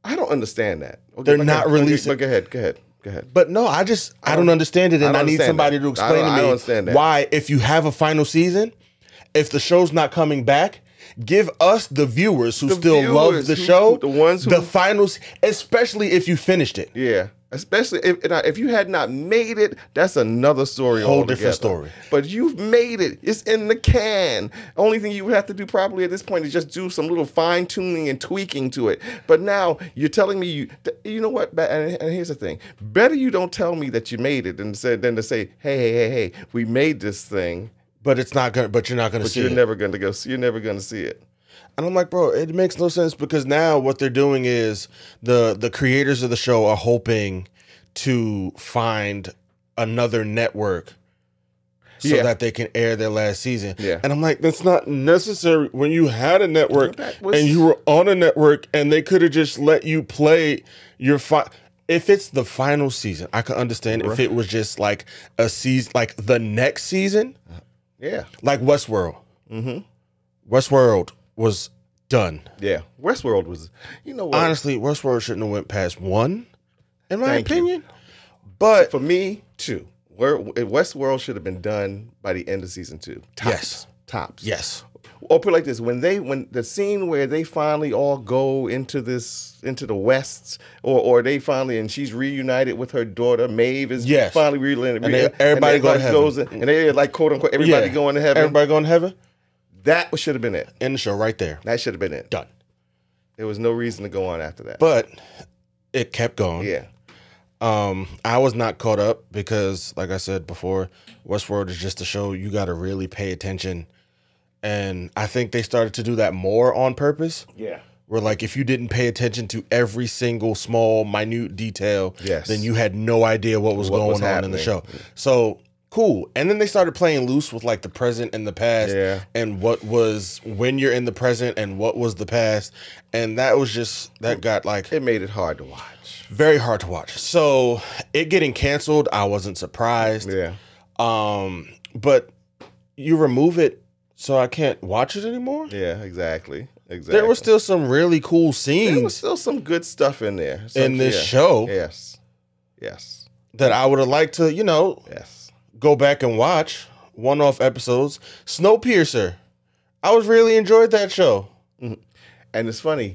I don't understand that. Okay,
They're
but
not
go ahead,
releasing-
But go ahead, go ahead, go ahead.
But no, I just I, don't, understand it, and
don't
I, need
understand
somebody
that.
to
I
explain
don't- I don't
to
understand
me
that.
why, if you have a final season, if the show's not coming back, Give us the viewers who
The
still love
viewers
the
who-
show,
the ones who-
the finals, especially if you finished it.
Yeah, especially if and I- if you had not made it, that's another story.
Whole
altogether.
different story.
But you've made it; it's in the can. Only thing you would have to do probably at this point is just do some little fine tuning and tweaking to it. But now you're telling me you th- you know what? Ba- And, and here's the thing: better you don't tell me that you made it than said than to say, hey, hey, hey, hey, we made this thing,
But it's not gonna. But you're not gonna
but
see
you're
it.
never going to go. You're never going to see it.
And I'm like, bro, it makes no sense because now what they're doing is the the creators of the show are hoping to find another network so
Yeah.
that they can air their last season.
Yeah.
And I'm like, that's not necessary when you had a network
That was-
and you were on a network and they could have just let you play your fi- if it's the final season, I could understand if it was just like a season like the next season,
Yeah,
like Westworld. Mm-hmm. Westworld was done
yeah. Westworld was, you know what?
honestly, Westworld shouldn't have went past one, in my
Thank you.
opinion. But
for me too. Where Westworld should have been done by the end of season two. Tops,
Yes.
tops.
yes,
Or put it like this: when they when the scene where they finally all go into this into the West, or or they finally and she's reunited with her daughter Maeve is
Yes.
finally reunited.
And they- everybody go to heaven.
goes in- and they like quote unquote everybody
Yeah.
going to heaven.
Everybody going to heaven.
That should have been it.
End the show right there.
That should have been it.
Done.
There was no reason to go on after that.
But it kept going.
yeah,
Um, I was not caught up because, like I said before, Westworld is just a show you got to really pay attention. And I think they started to do that more on purpose.
yeah,
Where like if you didn't pay attention to every single small minute detail,
Yes.
then you had no idea what was going
was
on in the show.
happening.
So cool. And then they started playing loose with like the present and the past
Yeah.
and what was when you're in the present and what was the past. And that was just that got like
it made it hard to watch.
very hard to watch. So it getting canceled, I wasn't surprised.
Yeah,
Um but you remove it so I can't watch it anymore?
yeah, exactly, exactly.
There were still some really cool
There was
scenes
still some good stuff in there. Some-
in this
yeah.
show
Yes. Yes.
that I would have liked to, you know,
Yes.
go back and watch one off episodes. Snowpiercer. I was really enjoyed that show.
And it's funny.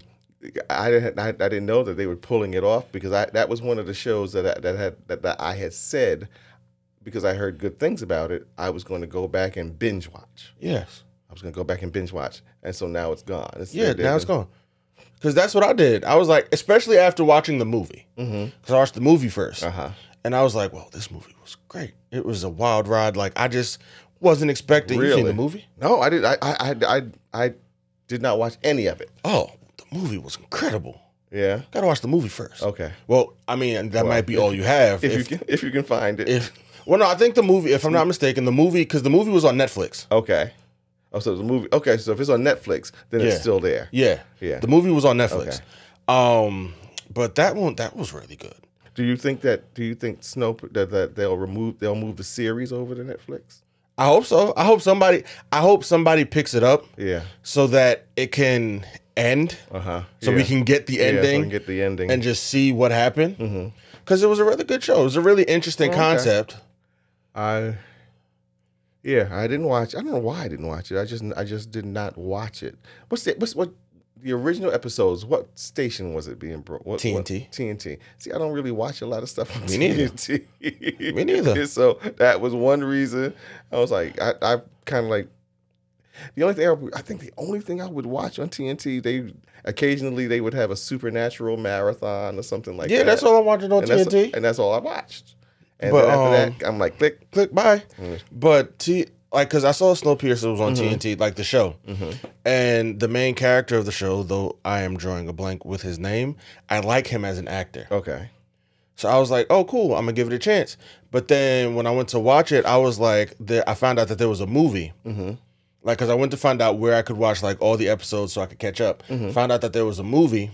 I didn't. I, I didn't know that they were pulling it off because I that was one of the shows that I, that had that, that I had said because I heard good things about it. I was going to go back and binge watch.
Yes.
I was going to go back and binge watch, and so now it's gone. It's,
Yeah, now it's gone. Cause that's what I did. I was like, especially after watching the movie. Mm-hmm. Cause I watched the movie first.
Uh huh.
And I was like, well, this movie was great. It was a wild ride. Like I just wasn't expecting you seen the
Really?
movie.
No, I did. I, I I I I did not watch any of it.
Oh, the movie was incredible.
Yeah.
Gotta watch the movie first.
Okay.
Well, I mean, that might be all you have.
Oh. If, you can, if you can find it.
if well, no, I think the movie. If I'm not mistaken, the movie because the movie was on Netflix.
okay. Oh, so the movie. Okay, so if it's on Netflix, then
Yeah.
it's still there.
Yeah,
Yeah.
The movie was on Netflix.
Okay.
Um, but that one that was really good.
Do you think that? Do you think Snow that, that they'll remove they'll move the series over to Netflix?
I hope so. I hope somebody. I hope somebody picks it up
Yeah.
so that it can end,
Uh huh.
so we can get the ending
get the ending.
and just see what happened. Because it was a really good show. It was a really interesting
Oh, Okay.
concept.
I. Yeah, I didn't watch. I don't know why I didn't watch it. I just I just did not watch it. What's the what's what the original episodes? What station was it being brought? What, what-
TNT.
TNT. See, I don't really watch a lot of stuff on
Me neither.
TNT.
Me neither.
so that was one reason I was like, I, I kind of like the only thing I, would- I think the only thing I would watch on TNT. They occasionally they would have a supernatural marathon or something like
yeah,
that.
that's all I'm watching on
and that's,
TNT.
and that's all I watched. And
But, um,
then after that, I'm like, click.
click bye.
Mm-hmm.
But T like because I saw Snowpiercer was on TNT, like the show,
Mm-hmm.
and the main character of the show, though I am drawing a blank with his name, I like him as an actor.
Okay.
So I was like, oh cool, I'm gonna give it a chance. But then when I went to watch it, I was like, there, I found out that there was a movie. Like, cause I went to find out where I could watch like all the episodes so I could catch up. Found out that there was a movie.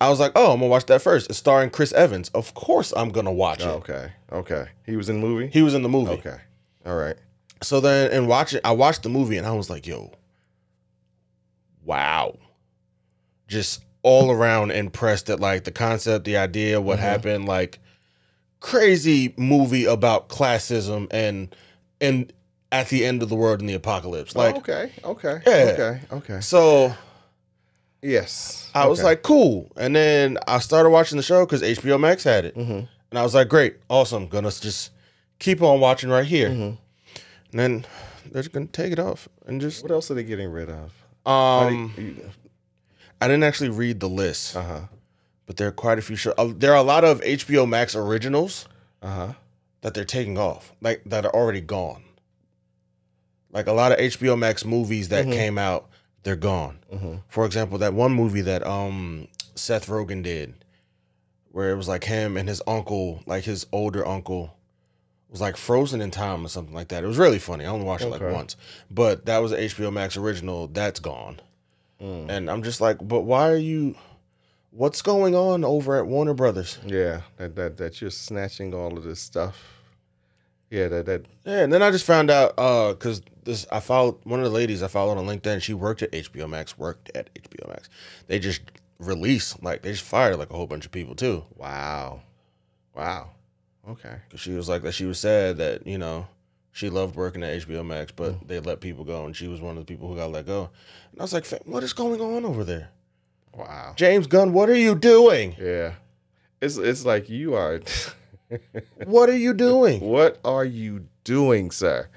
I was like, oh, I'm gonna watch that first. It's starring Chris Evans. Of course, I'm gonna watch it.
Okay. Okay. He was in the movie.
He was in the movie.
Oh. Okay. All right.
So then, and watching, I watched the movie and I was like, yo, wow. Just all around impressed at like the concept, the idea,
Mm-hmm.
what happened, like crazy movie about classism and and at the end of the world in the apocalypse.
Oh,
Like,
okay, okay,
Yeah.
okay, okay.
so
Yes,
I was
Okay.
like, cool. And then I started watching the show because HBO Max had it.
Mhm.
And I was like, great, awesome. Gonna just keep on watching right here.
Mhm.
And then they're just gonna take it off and just
what else are they getting rid of?
um I didn't actually read the list,
Uh huh.
but there are quite a few shows. Uh, there are a lot of HBO Max originals
Uh huh.
that they're taking off, like that are already gone. Like a lot of HBO Max movies that
Mhm.
came out, they're gone.
Mm-hmm.
For example, that one movie that um Seth Rogen did, where it was like him and his uncle, like his older uncle, was like frozen in time or something like that. It was really funny. I only watched it like
Okay.
once, but that was an HBO Max original. That's gone,
Mm.
and I'm just like, but why are you? What's going on over at Warner Brothers?
Yeah, that, that that you're snatching all of this stuff. Yeah, that that
Yeah, and then I just found out uh because this I followed one of the ladies I followed on LinkedIn. She worked at HBO Max. Worked at HBO Max. They just released like they just fired like a whole bunch of people too.
wow, wow, okay,
Cause she was like that. She was sad that you know she loved working at HBO Max, but they let people go, and she was one of the people who got let go. And I was like, "Fam, "What is going on over there,
wow.
James Gunn? What are you doing?
Yeah, it's it's like you are.
What are you doing?"
what are you doing, sir?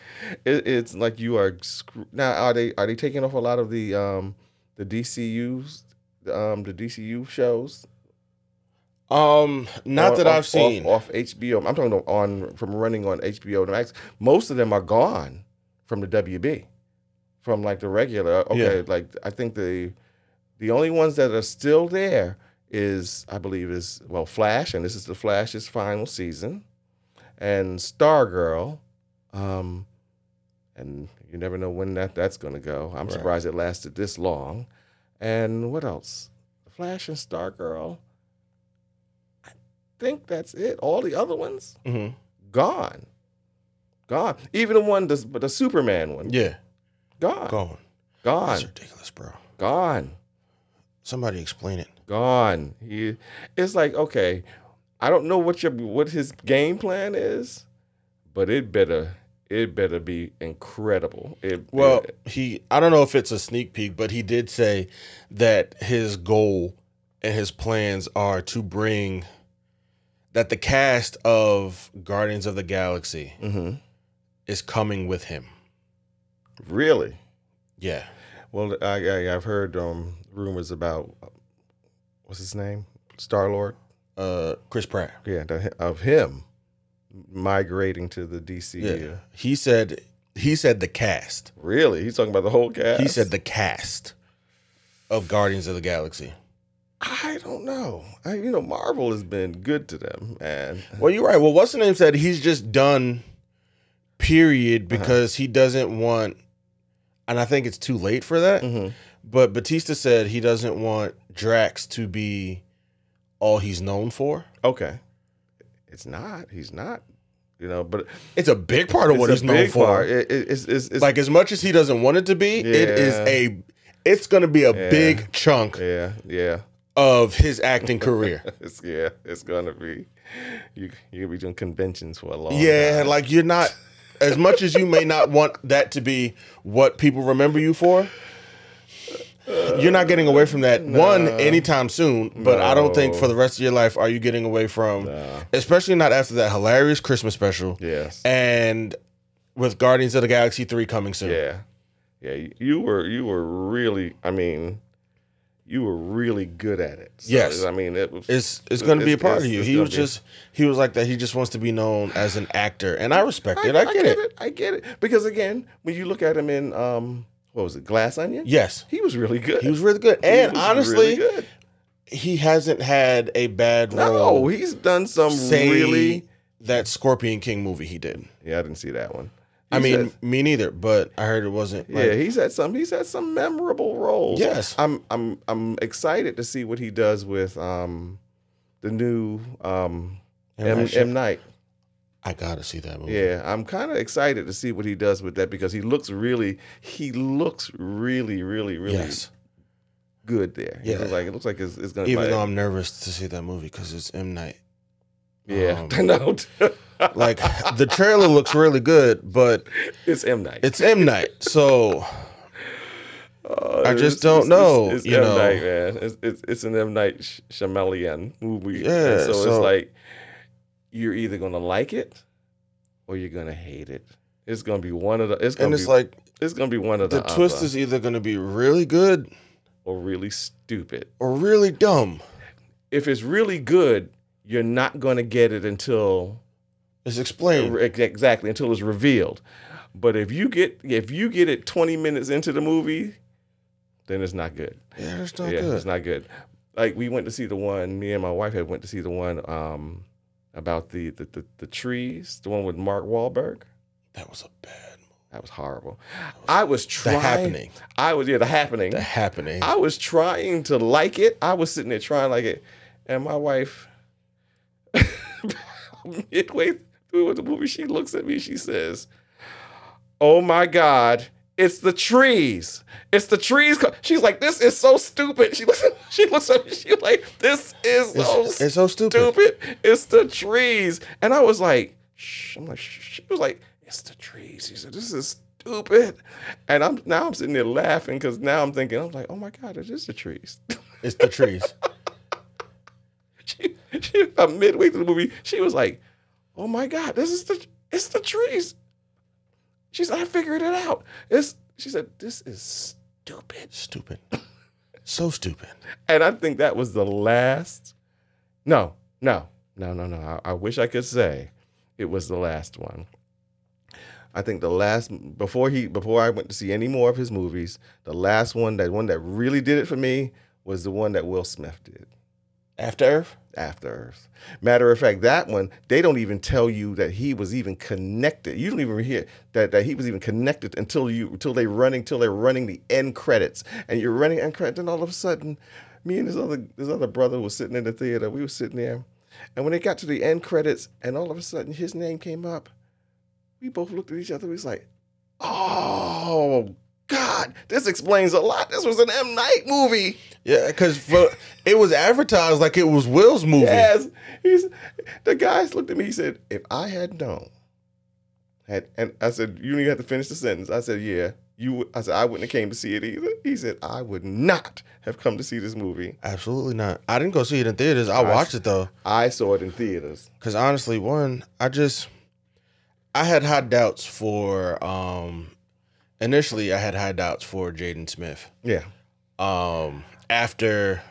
It, it's like you are screw- now. Are they are they taking off a lot of the um the DCU's um the DCU shows?
Um, not
On-
that
off-
I've seen.
off, off HBO. I'm talking about on from running on HBO Max. Most of them are gone from the WB, from like the regular. Okay,
Yeah.
like I think the the only ones that are still there is I believe is well Flash, and this is the Flash's final season, and Stargirl, um, and you never know when that that's gonna go. I'm
Right.
surprised it lasted this long. And what else? Flash and Stargirl. I think that's it. All the other ones
Mhm.
gone, gone. Even the one, the, the Superman one,
Yeah,
gone, gone,
gone. That's
gone,
ridiculous, bro.
gone.
Somebody explain it.
He, it's like okay, I don't know what your what his game plan is, but it better it better be incredible. It
Well,
it-
he I don't know if it's a sneak peek, but he did say that his goal and his plans are to bring that the cast of Guardians of the Galaxy
mhm.
is coming with him.
really.
Yeah.
Well, I, I I've heard um rumors about what's his name, Star Lord.
Uh Chris Pratt.
Yeah, the, of him migrating to the
Yeah.
DCU.
He said he said the cast.
Really? He's talking about the whole cast.
He said the cast of Guardians of the Galaxy.
I don't know. I, you know, Marvel has been good to them, and
Well, you're right. Well, what's the name said he's just done, period, because he doesn't want, and I think it's too late for that.
Mhm.
But Batista said he doesn't want Drax to be all he's known for.
okay, it's not. He's not. You know, but
It's a big part of
it's
what
a
he's known
big
for.
part. It- it- it's it's, it's
Like as much as he doesn't want it to be, it is
Yeah.
a, it's gonna be a
Yeah.
big chunk
yeah, yeah,
of his acting career.
it's yeah. It's gonna be you. You're gonna be doing conventions for a long.
yeah,
time.
like you're not. As much as you may not want that to be what people remember you for, you're not getting away from that one anytime soon. But I don't think for the rest of your life are you getting away from, especially not after that hilarious Christmas special
yes,
and with Guardians of the Galaxy three coming soon.
yeah, yeah. you- You were you were really. I mean, you were really good at it. So,
Yes.
I mean it was.
It's it's going to be a part
It's-
of you.
it's
He
gonna
was
be.
just he was like that. He just wants to be known as an actor, and I respect it. I, get, it.
I get it. Because again, when you look at him in um, what was it, Glass Onion?
Yes,
he was really good.
he was really good,
He
and
was
honestly,
really good.
he hasn't had a bad role.
no, he's done some
say
really.
that Scorpion King movie he did.
Yeah, I didn't see that one.
I
He's
mean,
had-
me neither, but I heard it wasn't. Like,
yeah, he's had some. He's had some memorable roles.
Yes.
I'm. I'm. I'm excited to see what he does with um, the new um,
M. Night
M,
Mm-hmm. Shyam-
M Night.
I gotta see that movie.
Yeah, I'm kind of excited to see what he does with that because he looks really, he looks really, really, really
yes.
good there. He
Yeah.
looks like it looks like it's, it's gonna.
Even
like,
though I'm nervous to see that movie because it's M Night,
Yeah,
Um,
no,
Like the trailer looks really good, but
it's M Night.
it's M Night, so
Oh,
I just
it's-
don't
it's-
know,
It's, it's
you
M
know.
Night, man. It's, it's it's an M Night Sh- Shyamalan movie. And
Yeah,
so,
so-
it's like you're either gonna like it or you're gonna hate it. It's gonna be one of the. It's gonna
and
be
it's like
it's gonna be one of the,
the twist
other,
is either going to be really good
or really stupid.
or really dumb.
If it's really good, you're not gonna get it until
It's explained.
Ex- exactly until it's revealed. But if you get if you get it 20 minutes into the movie, then it's not good.
Yeah, it's not
yeah,
good.
it's not good. Like we went to see the one. Me and my wife had went to see the one um, about the the, the the trees, the one with Mark Wahlberg.
that was a bad. movie.
That was horrible. I was
The
trying.
happening.
I was yeah, the happening.
The happening.
I was trying to like it. I was sitting there trying to like it, and my wife, midway through the movie, she looks at me. She says, "Oh my God, it's the trees! It's the trees!" co-" She's like, "This is so stupid." She looks. She looks at me. She's like, "This is so
it's, it's so stupid.
stupid. It's the trees. And I was like, shh. I'm like, shh. She was like, it's the trees. She said, this is stupid. And I'm now I'm sitting there laughing because now I'm thinking, I'm like, oh my God, it is the trees.
It's the trees.
she, she about midway through the movie, she was like, oh my God, this is the it's the trees. She said, I figured it out. It's she said, this is stupid.
Stupid. So stupid.
And I think that was the last. No, no, no, no, no. I, I wish I could say it was the last one. I think the last before he before I went to see any more of his movies, the last one that one that really did it for me was the one that Will Smith did.
After Earth?
After Earth. Matter of fact, that one they don't even tell you that he was even connected. You don't even hear that, that he was even connected until you until they running till they're running the end credits and you're running end credits. Then all of a sudden, me and this other this other brother was sitting in the theater. We were sitting there, and when they got to the end credits, and all of a sudden his name came up, we both looked at each other. We was like, oh. God, this explains a lot. This was an M. Night movie.
Yeah, because it was advertised like it was Will's movie.
Yes. He's, the guys looked at me. He said, "If I had known, had and I said, you don't even have to finish the sentence." I said, "Yeah, you." would-" I said, "I wouldn't have came to see it either." He said, "I would not have come to see this movie.
Absolutely not. I didn't go see it in theaters. I watched it though.
I saw it in theaters."
Because honestly, one, I just, I had high doubts for, um initially, I had high doubts for Jaden Smith.
Yeah,
um after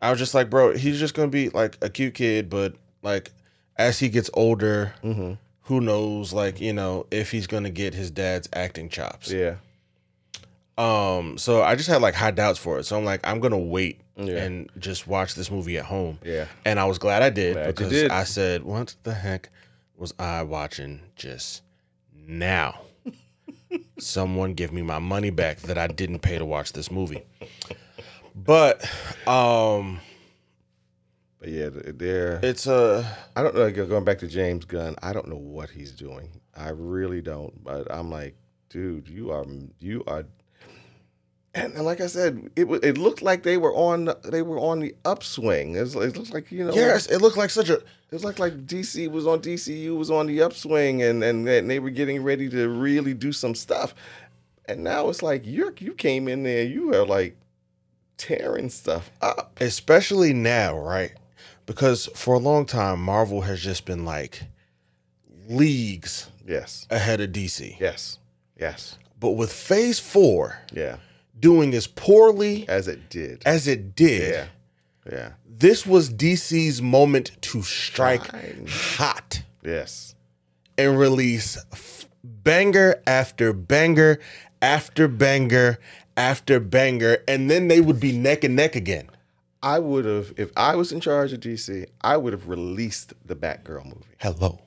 i was just like bro he's just gonna be like a cute kid but like as he gets older
Mhm.
who knows like you know if he's gonna get his dad's acting chops
yeah,
um so i just had like high doubts for it so i'm like i'm gonna wait
Yeah.
and just watch this movie at home
yeah.
and i was glad i did
Glad you
because
did.
i said what the heck was i watching just now someone give me my money back that I didn't pay to watch this movie. But um
But yeah, th- there.
it's a
I don't know. go- Going back to James Gunn, I don't know what he's doing. I really don't. But I'm like, dude, you are, you are, and, and like I said, it wa- it looked like they were on they were on the upswing. It's, it looks like you know,
yes, it looked like such a
it looked like DC was on DCU was on the upswing, and and, and they were getting ready to really do some stuff. And now it's like you you came in there, you are like tearing stuff up.
especially now, right? Because for a long time Marvel has just been like leagues
Yes,
ahead of DC.
yes, yes,
But with Phase 4
yeah.
doing as poorly
As it did.
as it did,
Yeah. Yeah.
this was DC's moment to strike
Shine.
hot.
Yes.
and release f- banger after banger after banger after banger, and then they would be neck and neck again.
I would have, if I was in charge of DC, I would have released the Batgirl movie.
Hello.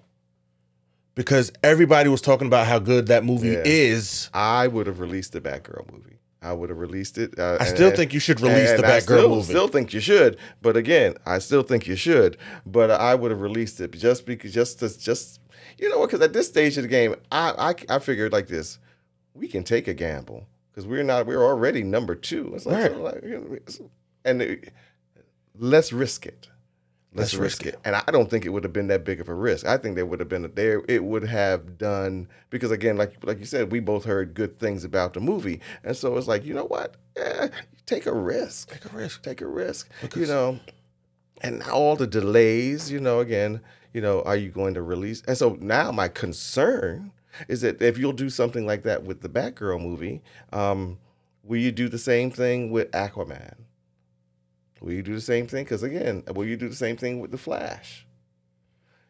Because everybody was talking about how good that movie
Yeah.
is.
I would have released the Batgirl movie. I would have released it. Uh,
I
and-
still
and-
think you should release
and
the
I
Batgirl
still,
movie.
Still think you should, but again, I still think you should. But I would have released it just because, just to, just you know what? Because at this stage of the game, I I, I figured like this, we can take a gamble because we're not we're already number two. It's like, so,
Right.
like, you know, it's- and it- let's risk it.
Let's risk it.
And I don't think it would have been that big of a risk. I think there would have been there. It would have done because again, like like you said, we both heard good things about the movie, and so it's like you know what, Eh, take a risk, take a risk, take a risk. you
Because-
know, and now all the delays. You know, again, you know, are you going to release? And so now my concern is that if you'll do something like that with the Batgirl movie, um, will you do the same thing with Aquaman? Will you do the same thing? Because again, will you do the same thing with the Flash?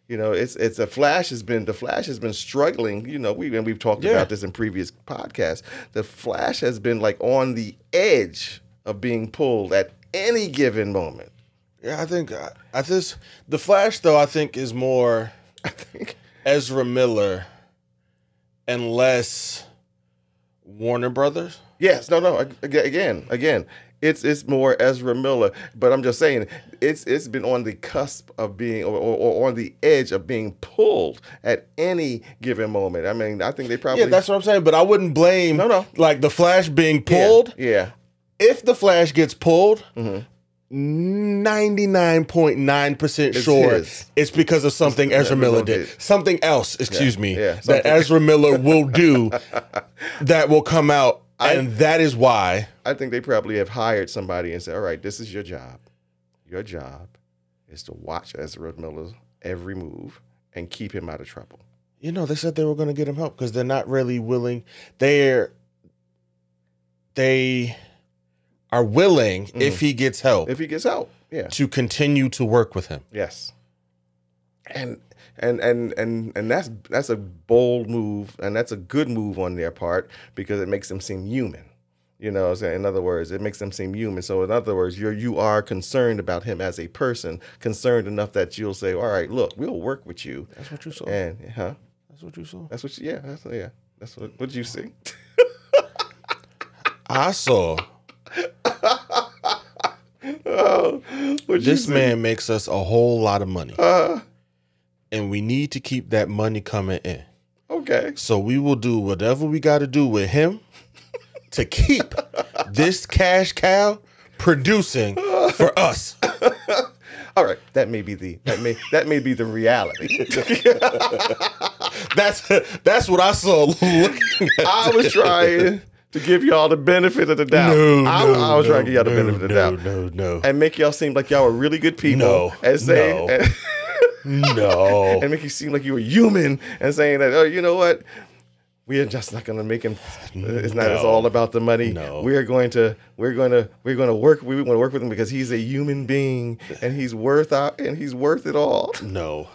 You know, it's it's a Flash has been the Flash has been struggling. You know, we and we've talked
Yeah.
about this in previous podcasts. The Flash has been like on the edge of being pulled at any given moment.
Yeah, I think I, I just the Flash though I think is more
I think
Ezra Miller and less Warner Brothers.
Yes, no, no. ag- Again, again, it's it's more Ezra Miller, but I'm just saying it's it's been on the cusp of being or, or, or on the edge of being pulled at any given moment. I mean, I think they probably
Yeah, that's what I'm saying. But I wouldn't blame
No, no.
like the Flash being
Yeah,
pulled.
Yeah, mm-hmm.
If the Flash gets pulled, 99.9% sure
his.
it's because of something Ezra Miller did. Something else, excuse me,
yeah,
that
something.
Ezra Miller will do that will come out. and that is why.
I think they probably have hired somebody and said, "All right, this is your job. Your job is to watch Ezra Miller's every move and keep him out of trouble."
You know, they said they were going to get him help because they're not really willing. They're they are willing Mm. if he gets help
If he gets out, yeah.
to continue to work with him.
Yes. And and and and and that's that's a bold move, and that's a good move on their part because it makes them seem human. You know, what I'm saying? in other words, it makes them seem human. So, in other words, you're you are concerned about him as a person, concerned enough that you'll say, "All right, look, we'll work with you."
That's what you saw.
And huh?
That's what you saw.
That's what. You, yeah, that's yeah. That's what. What you see?
I saw
oh, what you
this
see?
man makes us a whole lot of money,
Uh,
and we need to keep that money coming in.
okay.
So we will do whatever we got to do with him to keep this cash cow producing for us.
All right. That may be the that may that may be the reality.
That's that's what I saw. Looking at
I was trying to give y'all the benefit of the doubt.
No,
I,
no,
I was trying to give y'all the
no,
benefit of the
no,
doubt
No, no,
and make y'all seem like y'all were really good people.
No,
and say
no.
and,
no.
and make you seem like you were human and saying that oh you know what we are just not going to make him. uh, It's not. It's
No.
all about the money.
No.
We are going to. We're going to. We're going to work. We want to work with him because he's a human being and he's worth our, and he's worth it all.
No.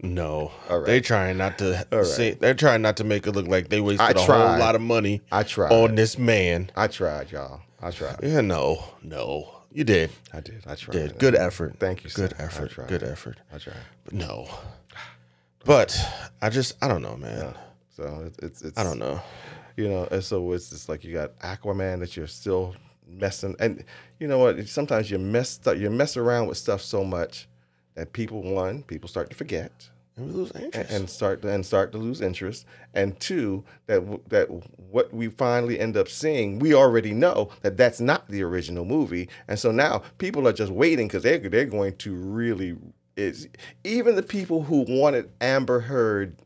No.
All right.
They trying not to
right.
say they're trying not to make it look like they wasted
I
a
tried.
whole lot of money
I tried.
on this man.
I tried, y'all. I tried.
Yeah, no, no. You did.
I did. I tried.
Did. Good effort.
Thank you,
Good
sir. I
effort.
tried.
Good effort.
I tried.
But no. But I just I don't know, man.
So it's it's. it's
I don't know.
you know and so it's just like you got aquaman that you're still messing and you know what sometimes you mess stu- you mess around with stuff so much that people one people start to forget
And we lose
and,
interest.
and start to, and start to lose interest and two that w- that what we finally end up seeing we already know that that's not the original movie and so now people are just waiting because they're, they're going to really is even the people who wanted amber heard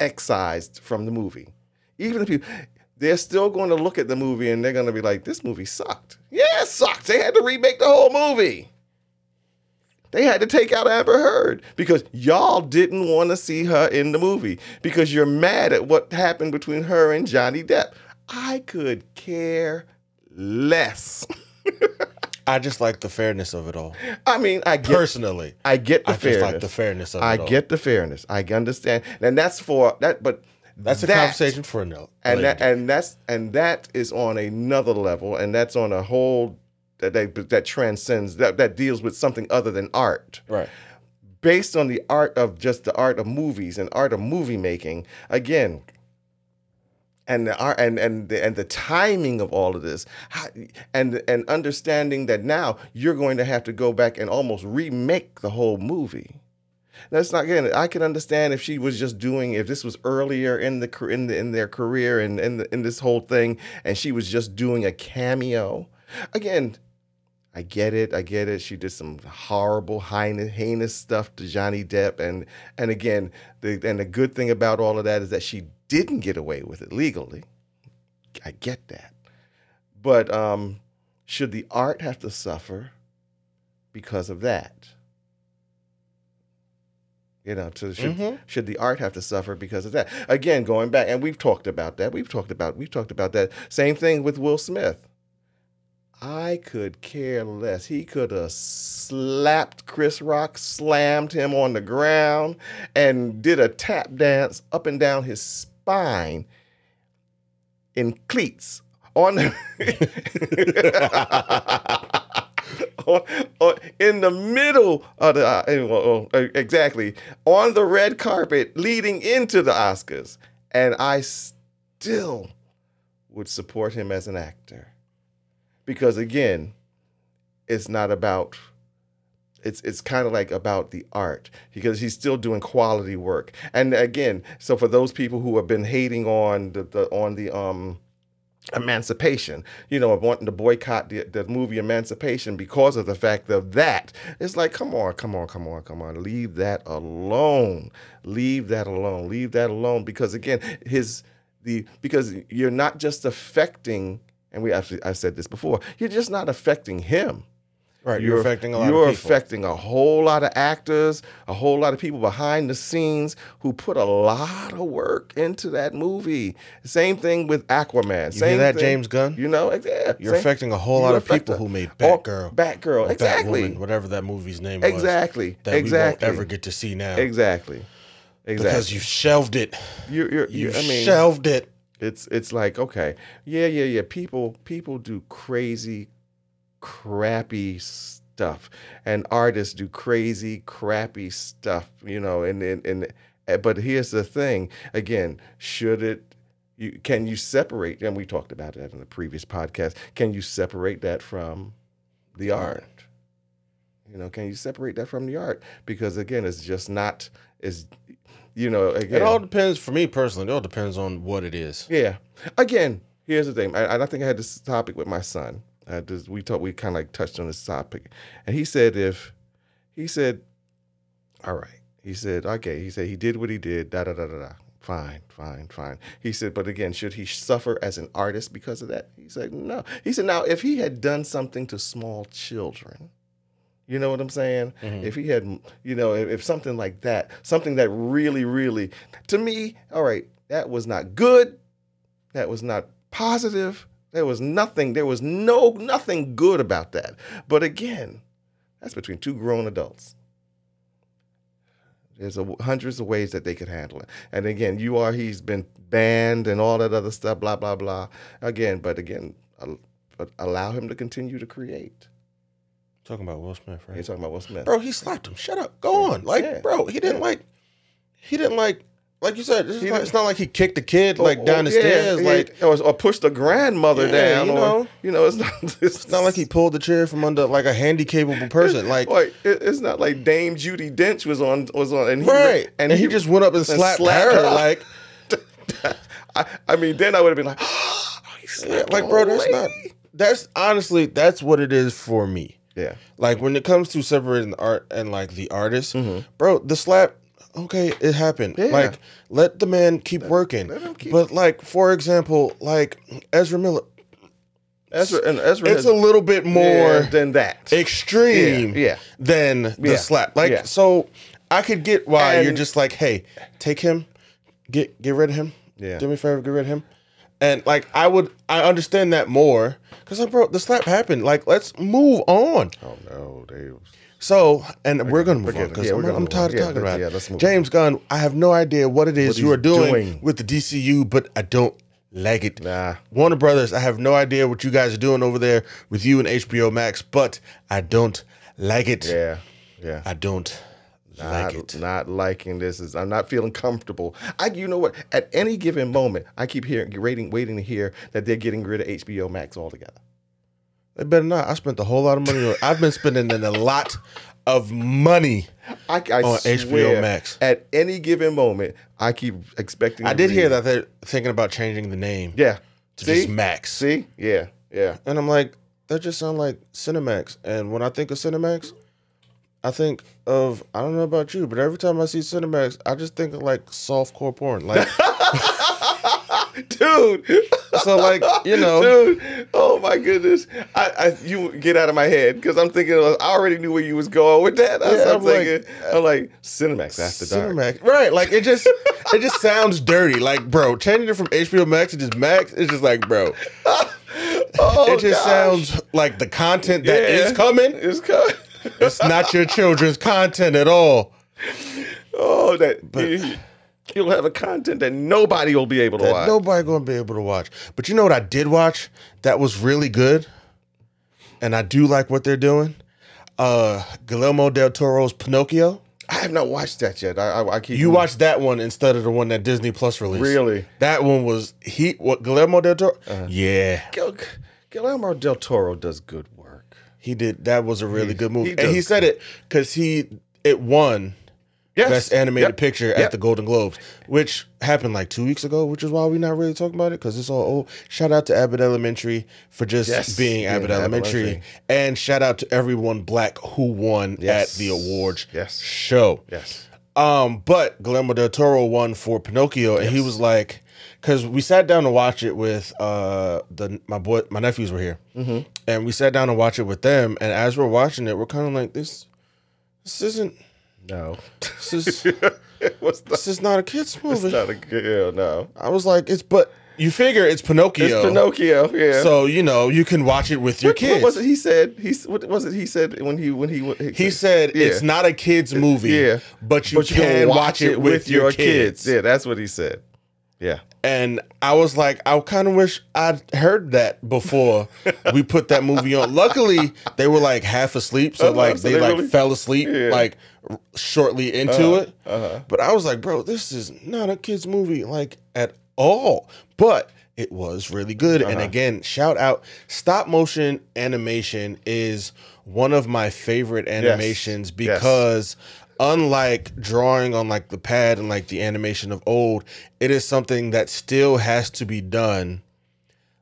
excised from the movie. Even if you, they're still going to look at the movie and they're going to be like, "This movie sucked." Yeah, it sucked. They had to remake the whole movie. They had to take out Amber Heard because y'all didn't want to see her in the movie because you're mad at what happened between her and Johnny Depp. I could care less.
I just like the fairness of it all.
I mean, I get,
Personally.
I get
I
the
just
fairness.
like the fairness of
I
it all.
get the fairness. I understand, and that's for that. But
that's a
that-
conversation for a no.
and that and that's and that is on another level and that's on a whole that that, that transcends that, that deals with something other than art
right.
based on the art of just the art of movies and art of movie making again and the art and and the, and the timing of all of this how- and and understanding that now you're going to have to go back and almost remake the whole movie that's not good. I can understand if she was just doing if this was earlier in the car- in the, in their career and in the, in this whole thing, and she was just doing a cameo. Again, I get it. I get it. She did some horrible, heinous, heinous stuff to Johnny Depp, and and again, the and the good thing about all of that is that she didn't get away with it legally. I get that, but um, should the art have to suffer because of that? You know, so should,
Mhm.
should the art have to suffer because of that? Again, going back, and we've talked about that. We've talked about we've talked about that. Same thing with Will Smith. I could care less. He could have slapped Chris Rock, slammed him on the ground, and did a tap dance up and down his spine in cleats on on- on- in the middle of the uh, eh, well, oh, exactly on the red carpet leading into the Oscars, and I still would support him as an actor because again, it's not about it's it's kind of like about the art because he's still doing quality work. And again, so for those people who have been hating on the, the on the um emancipation you know wanting to boycott the, the movie emancipation because of the fact of that it's like come on come on come on come on leave that alone leave that alone leave that alone because again his the because you're not just affecting and we actually i said this before you're just not affecting him
Right. You're, affecting a lot
you're
of people.
affecting a whole lot of actors, a whole lot of people behind the scenes who put a lot of work into that movie. Same thing with Aquaman.
you
Same
hear that,
thing-
James Gunn?
You know, ex- yeah,
You're
same-
affecting a whole
you
lot of
affect
people
a-
who made
all-
Batgirl,
Batgirl,
or
exactly,
Batwoman, whatever that movie's name was.
exactly,
That
exactly,
we won't ever get to see now
exactly, exactly.
because you shelved it.
you're, you're,
You
you I mean,
shelved it.
it's it's like okay yeah yeah yeah people people do crazy crappy stuff and artists do crazy crappy stuff you know and and, and eh, but here's the thing again should it you can you separate and we talked about that in the previous podcast can you separate that from the art you know can you separate that from the art because again it's just not it's you know again
It all depends for me personally. It all depends on what it is.
yeah. Again, here's the thing. I, I think I had this topic with my son. Uh, this, we talked. We kind of like touched on this topic, and he said, "If he said, all right, he said, okay, he said he did what he did. Da da da da da. Fine, fine, fine. He said, but again, should he suffer as an artist because of that? He said, no. He said, now if he had done something to small children, you know what I'm saying?
Mhm.
If he had, you know, if, if something like that, something that really, really, to me, all right, that was not good. That was not positive. There was nothing. There was no nothing good about that. But again, that's between two grown adults. There's a, hundreds of ways that they could handle it. And again, you are he's been banned and all that other stuff. Blah blah blah. Again, but again, al- but allow him to continue to create.
Talking about Will Smith,
You're
right?
talking about Will Smith.
Bro, he slapped him. Shut up. Go on. Like,
Yeah.
bro, he didn't
Yeah.
like. He didn't like. Like you said, this is
He
not,
didn't-
it's not like he kicked the kid
Or-
like
or-
down the
Oh, yeah,
stairs.
yeah,
Like,
or, or push the grandmother
Yeah,
down.
you
or,
know.
you know, it's not. It's,
it's not like he pulled the chair from under like a handy capable person. Like,
Like, it- it's not like Dame Judy Dench was on was on and he,
right? And, he, just went up and slapped,
slapped
her.
her.
Like,
I, I mean then I would have been like "Oh, he
yeah,
slapped
like,
the
bro,
old
that's not.
lady.
That's honestly, that's what it is for me.
yeah
Like when it comes to separating the art and like the artist,
Mhm.
bro, the slap, okay, it happened.
Yeah.
Like let the man keep working.
let him keep-
But like for example, like Ezra Miller,
Ezra and Ezra
it's
has
a little bit more
than that
extreme
Yeah, yeah.
than the
Yeah,
slap. Like
yeah.
so I could get why you're
And-
just like, hey, take him, get get rid of him.
Yeah.
Do me a favor, get rid of him. And like I would I understand that more. Cause like, bro, the slap happened. Like, let's move on.
oh no they
So, and we're gonna move
forget
on
it.
because
Yeah,
I'm,
we're gonna
I'm
move
tired
on.
of
Yeah,
talking
but-
about it.
yeah, let's move
James Gunn, I have no idea what it is you
he's
are doing,
doing.
with the DCU, but I don't like it.
Nah.
Warner Brothers, I have no idea what you guys are doing over there with you and HBO Max, but I don't like it.
yeah yeah
I don't like
not,
it.
not liking this is I'm not feeling comfortable. I you know what? At any given moment, I keep hearing waiting waiting to hear that they're getting rid of HBO Max altogether.
They better not. I spent a whole lot of money. on I've been spending a lot of money.
I, I
On
swear,
HBO Max.
At any given moment, I keep expecting.
I
to
did hear
read-
that they're thinking about changing the name
Yeah.
to
see,
just Max.
see, yeah, yeah.
And I'm like, that just sound like Cinemax. And when I think of Cinemax, I think of I don't know about you, but every time I see Cinemax, I just think of like soft core porn. Like
dude.
so, like you know,
dude. Oh my goodness, I, I you get out of my head because I'm thinking I already knew where you was going with that. That's
Yeah,
what I'm,
I'm like,
thinking. I'm like Cinemax after dark.
Cinemax, right? Like it just it just sounds dirty. Like bro, changing it from HBO Max to just Max, it's just like bro,
Oh,
it just
gosh.
sounds like the content that is
Yeah.
coming.
It's coming.
It's not your children's content at all.
oh, that you, you'll have a content that nobody will be able to
that
watch.
nobody gonna be able to watch. But you know what I did watch that was really good, and I do like what they're doing. Uh Guillermo del Toro's Pinocchio.
I have not watched that yet. I, I, I keep
You watched that one instead of the one that Disney Plus released.
Hmm. Really? Uh-huh.
That one was he what Guillermo del Toro? Yeah,
Gil- Guillermo del Toro does good work.
he did. That was a really good movie,
he
and he
does
said it because he it won
Yes,
best animated
Yep.
picture at
Yep.
the Golden Globes, which happened like two weeks ago, which is why we're not really talking about it because it's all old. Shout out to Abbott Elementary for just
Yes,
being
being
Abbott
Abbott
Elementary.
Elementary.
and shout out to everyone black who won
Yes.
at the awards
Yes.
show.
Yes.
Um, but Guillermo del Toro won for Pinocchio, and he was like, because we sat down to watch it with uh the my boy my nephews were here,
Mm-hmm.
and we sat down to watch it with them, and as we're watching it, we're kind of like this. This isn't.
No.
This is.
it was not,
This is not a kids
it's
movie.
not a good. Yeah, no.
I was like, it's but you figure it's Pinocchio,
It's Pinocchio. Yeah.
so you know you can watch it with your
What- What
kids.
was it he said? He s- what was it he said when he when he went-
He said
Yeah.
it's not a kids movie,
Yeah.
but you
But you
can watch it with, your kids.
Yeah, that's what he said. Yeah.
And I was like, I kind of wish I'd heard that before we put that movie on. Luckily, they were like half asleep, so
Oh,
like
so
they
they
like
really-
fell asleep
Yeah.
like r- shortly into
Uh-huh,
it. But I was like, bro, this is not a kids movie like at all. But it was really good.
Uh-huh.
And again, shout out stop motion animation is one of my favorite animations because unlike drawing on like the pad and like the animation of old, it is something that still has to be done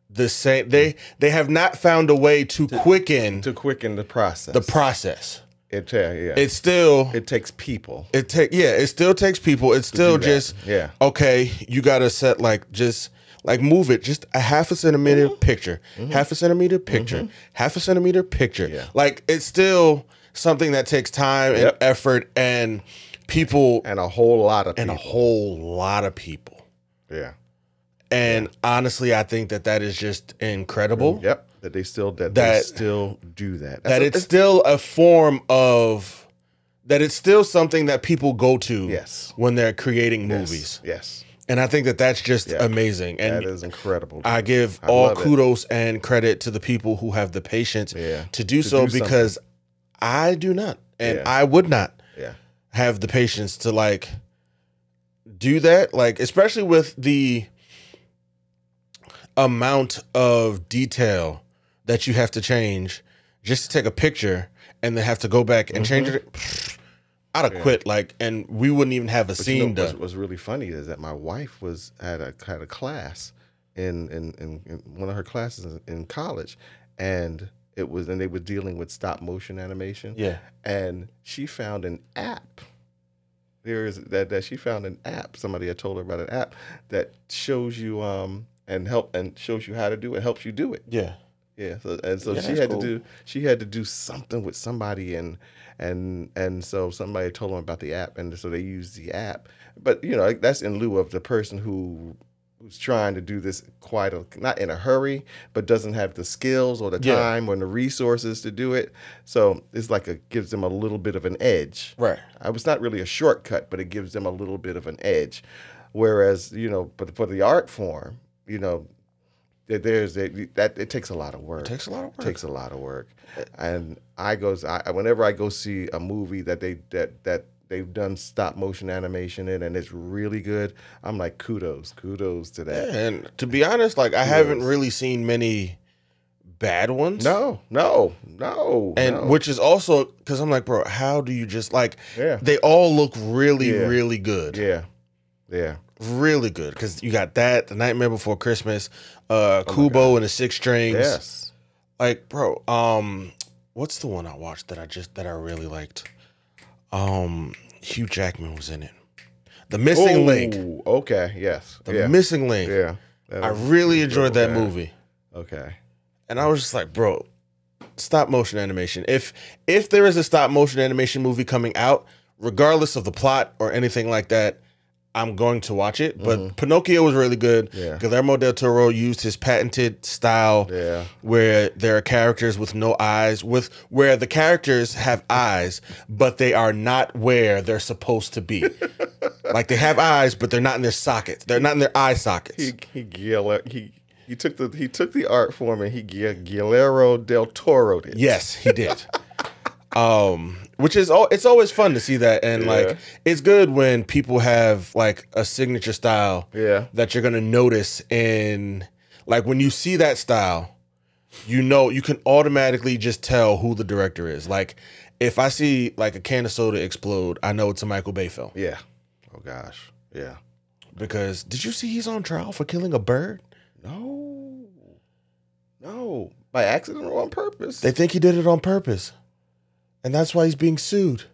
the same they they have not found a way to, quicken
To quicken the process.
the process.
it, yeah, yeah. It,
It's still
takes people.
it take yeah, it still takes people. It's still
do that.
just
Yeah.
okay, you gotta set like just like move it just a half a centimeter
Mm-hmm.
picture, half a centimeter picture, half a centimeter picture.
Yeah.
Like it's still something that takes time and
Yep.
effort and people
And a whole lot of
and a
people.
whole lot of people.
yeah.
And honestly, I think that that is just incredible.
Mm, Yep. That they still that, they
That-
still do that. That's
That
a-
it's still a form of that it's still something that people go to
Yes.
when they're creating
yes,
movies.
Yes.
And I think that that's just
Yeah.
amazing.
That
And
is incredible.
I give
I
all
love it.
kudos and credit to the people who have the patience
Yeah,
to do
to
so
do something.
because I do not. And
Yeah.
I would not
yeah.
have the patience to like do that. Like, especially with the amount of detail that you have to change just to take a picture and then have to go back and change
Mm-hmm.
it. I'd have quit, like, and we wouldn't even have a
But
scene
you know,
done.
what's, what's really funny is that my wife was at a had a class in in, in in one of her classes in college, and it was and they were dealing with stop motion animation.
Yeah.
and she found an app. There is that that she found an app. Somebody had told her about an app that shows you um and help and shows you how to do it, helps you do it.
Yeah.
Yeah, so, and so
Yeah,
she
that's
had
cool.
to do she had to do something with somebody and and and so somebody told them about the app and so they used the app. But you know like, that's in lieu of the person who who's trying to do this quite a, not in a hurry, but doesn't have the skills or the
Yeah.
time or the resources to do it. So it's like a gives them a little bit of an edge.
Right.
I was not really a shortcut, but it gives them a little bit of an edge. Whereas, you know, but for the art form, you know, there- there's a, that it takes a lot of work. It
takes a lot of work.
takes a lot of work. And I goes, I whenever I go see a movie that they that that they've done stop motion animation in and it's really good, I'm like kudos, kudos to that.
And to be honest, like I haven't really seen many bad ones.
No, no, no,
And
no.
which is also because I'm like, bro, how do you just like?
Yeah.
They all look really,
Yeah.
really good,
yeah, yeah.
really good. Because you got that, the Nightmare Before Christmas, uh, Kubo and the Six Strings,
Oh Yes.
Like, bro, um, what's the one I watched that I just that I really liked? Um, Hugh Jackman was in it. The Missing Link.
Ooh, Okay. Yes.
The
Oh. yeah.
Missing Link.
yeah. That
I
was-
really enjoyed that
Yeah.
movie.
Okay.
And I was just like, bro, stop motion animation. If if there is a stop motion animation movie coming out, regardless of the plot or anything like that, I'm going to watch it. But Pinocchio was really good.
Mm-hmm. Yeah.
Guillermo del Toro used his patented style
Yeah.
where there are characters with no eyes, with where the characters have eyes, but they are not where they're supposed to be. like they have eyes, but they're not in their sockets. They're not in their eye sockets.
He he Guillermo, he he took the he took the art form and he Gui- Guillermo del Toro did.
Yes, he did. um, which is all. It's always fun to see that, and
Yeah.
like it's good when people have like a signature style
Yeah.
that you're gonna notice in like when you see that style, you know you can automatically just tell who the director is. Like if I see like a can of soda explode, I know it's a Michael Bay film
Yeah. Oh gosh. Yeah.
because did you see he's on trial for killing a bird?
No. No. By accident or on purpose.
They think he did it on purpose. And that's why he's being sued.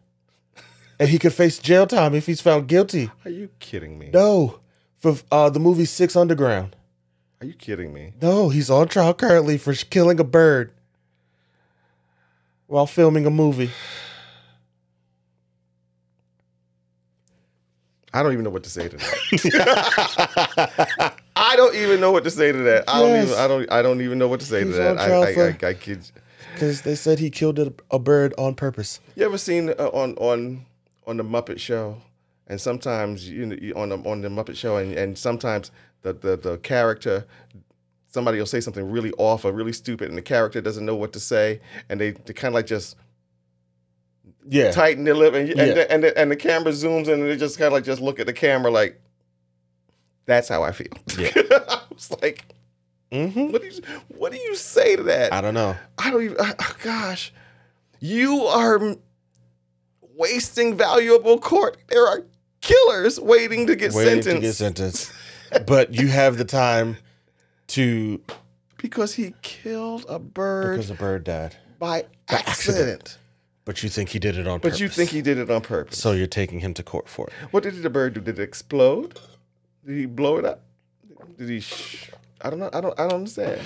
And he could face jail time if he's found guilty.
Are you kidding me?
No. For uh, the movie Six Underground.
Are you kidding me?
No, he's on trial currently for sh- killing a bird while filming a movie.
I don't even know what to say to that. I don't even know what to say to that. I don't
Yes.
even. I don't. I don't even know what to say
He's
to that.
on
I,
trial
I, I,
for-
I kid. you.
Because they said he killed a, a bird on purpose.
You ever seen uh, on on on the Muppet Show, and sometimes you, know, you on the, on the Muppet Show, and, and sometimes the, the the character somebody will say something really off or really stupid, and the character doesn't know what to say, and they, they kind of like just
Yeah.
tighten their lip, and and,
Yeah.
the, and, the, and the camera zooms, in, and they just kind of like just look at the camera like, that's how I feel.
Yeah.
I was like,
mm-hmm.
what do you what do you say to that?
I don't know.
I don't even. Uh, oh, gosh, you are m- wasting valuable court. There are killers waiting to get
Waiting to
sentenced
get sentenced. But you have the time to.
because he killed a bird
Because a bird died.
by
accident.
accident.
But you think he did it on
But
purpose.
you think he did it on purpose?
So you're taking him to court for it.
What did the bird do? Did it explode? Did he blow it up? Did he? Sh- I don't know. I don't. I don't understand.
Uh,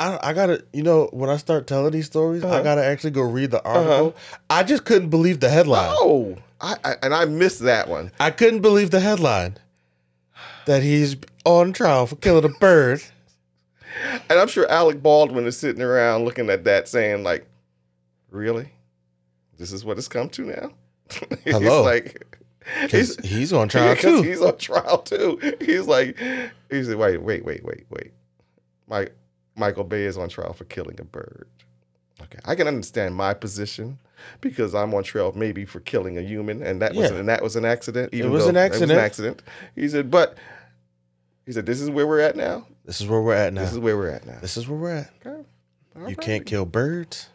I, I gotta, you know, when I start telling these stories, I gotta actually go read the article. I just couldn't believe the headline.
Oh, I, I and I missed that one.
I couldn't believe the headline that he's on trial for killing a bird.
And I'm sure Alec Baldwin is sitting around looking at that, saying like, "Really? This is what it's come to now." he's
Hello.
like,
'Cause
he's,
he's on
yeah,
trial
'cause
too.
he's on trial too. He's like, he's like, wait, wait, wait, wait, wait. My Michael Bay is on trial for killing a bird. Okay, I can understand my position because I'm on trial maybe for killing a human, and that was
Yeah.
and that was an accident. Even
was
though
an
It was
accident.
an accident. He said, but he said, this is where we're at now.
This is where we're at now.
This is where we're at now.
This is where we're at.
Okay. All
You
right.
can't kill birds.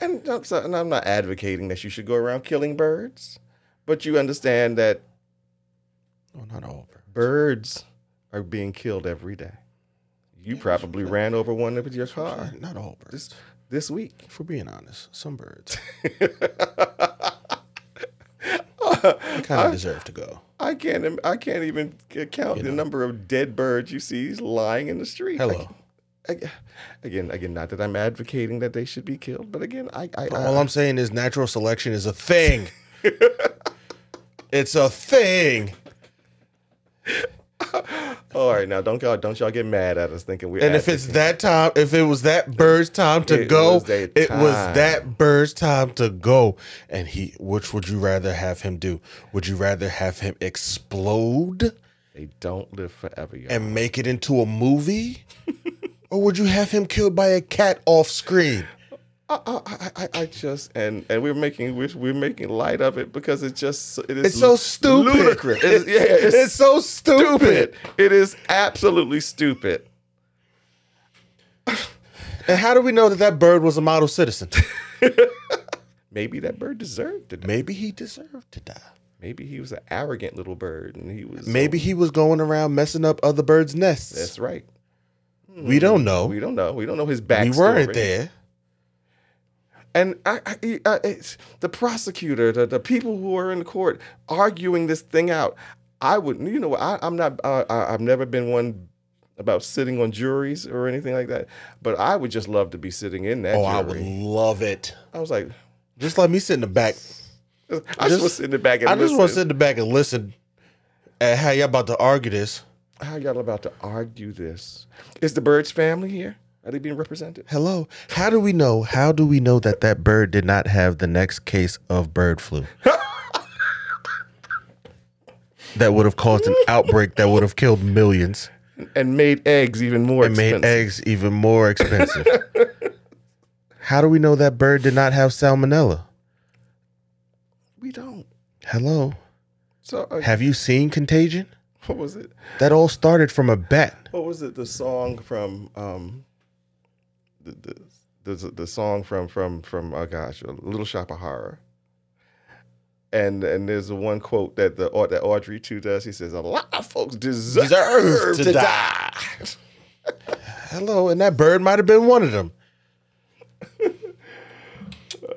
And I'm, so- and I'm not advocating that you should go around killing birds, but you understand that
Well, not all birds.
birds are being killed every day. You probably ran over one with your car
Not all birds.
this week.
If we're being honest, some birds kind of deserve to go.
I can't. im- I can't even c- count the number of dead birds you see lying in the street. I
Hello.
c- I- again, again, not that I'm advocating that they should be killed, but again, I, I,
All I'm saying is natural selection is a thing. it's a thing.
I- all right, now don't y'all, don't y'all get mad at us thinking we're.
And if it's that time, if it was that bird's time to
It
go,
was their
it was
time.
that bird's time to go. And he, which would you rather have him do? Would you rather have him explode
they don't live forever, y'all.
and make it into a movie, or would you have him killed by a cat off screen?
I, I, I, I just and and we're making we're, we're making light of it because it's just it is
It's so stupid.
ludicrous. It is,
It's,
yeah, it's,
it's so stupid.
stupid. It is absolutely stupid.
And how do we know that that bird was a model citizen?
Maybe that bird deserved to. die.
Maybe he deserved to die.
Maybe he was an arrogant little bird, and he was.
Maybe he was going around messing up other birds' nests.
that's right.
We don't know.
We
We,
don't know. We don't know his backstory.
weren't there.
And I, I, I it's, the prosecutor, the, the people who are in court arguing this thing out. I would, you know, I, I'm not. Uh, I, I've never been one about sitting on juries or anything like that. But I would just love to be sitting in that
Oh, I would
jury.
love it.
I, was like,
Just let me sit in the back.
I
Just-
just, want to sit in the back and
I just want to
listen.
sit in the back and listen at how y'all about to argue this.
How y'all about to argue this? Is the Birds family here? Are they being represented?
Hello. How do we know? How do we know that that bird did not have the next case of bird flu? that would have caused an outbreak that would have killed millions
And made eggs even more
and
expensive.
made eggs even more expensive. how do we know that bird did not have salmonella?
We don't.
Hello.
So uh,
Have you seen Contagion?
what was it?
That all started from a bat.
What was it? The song from um, the the the, the song from from from oh gosh, Little Shop of Horror. And and there's the one quote that the Au- that Audrey too does. He says, "A lot of folks deserve,
Deserve
to,
to
die."
Hello, and that bird might have been one of them.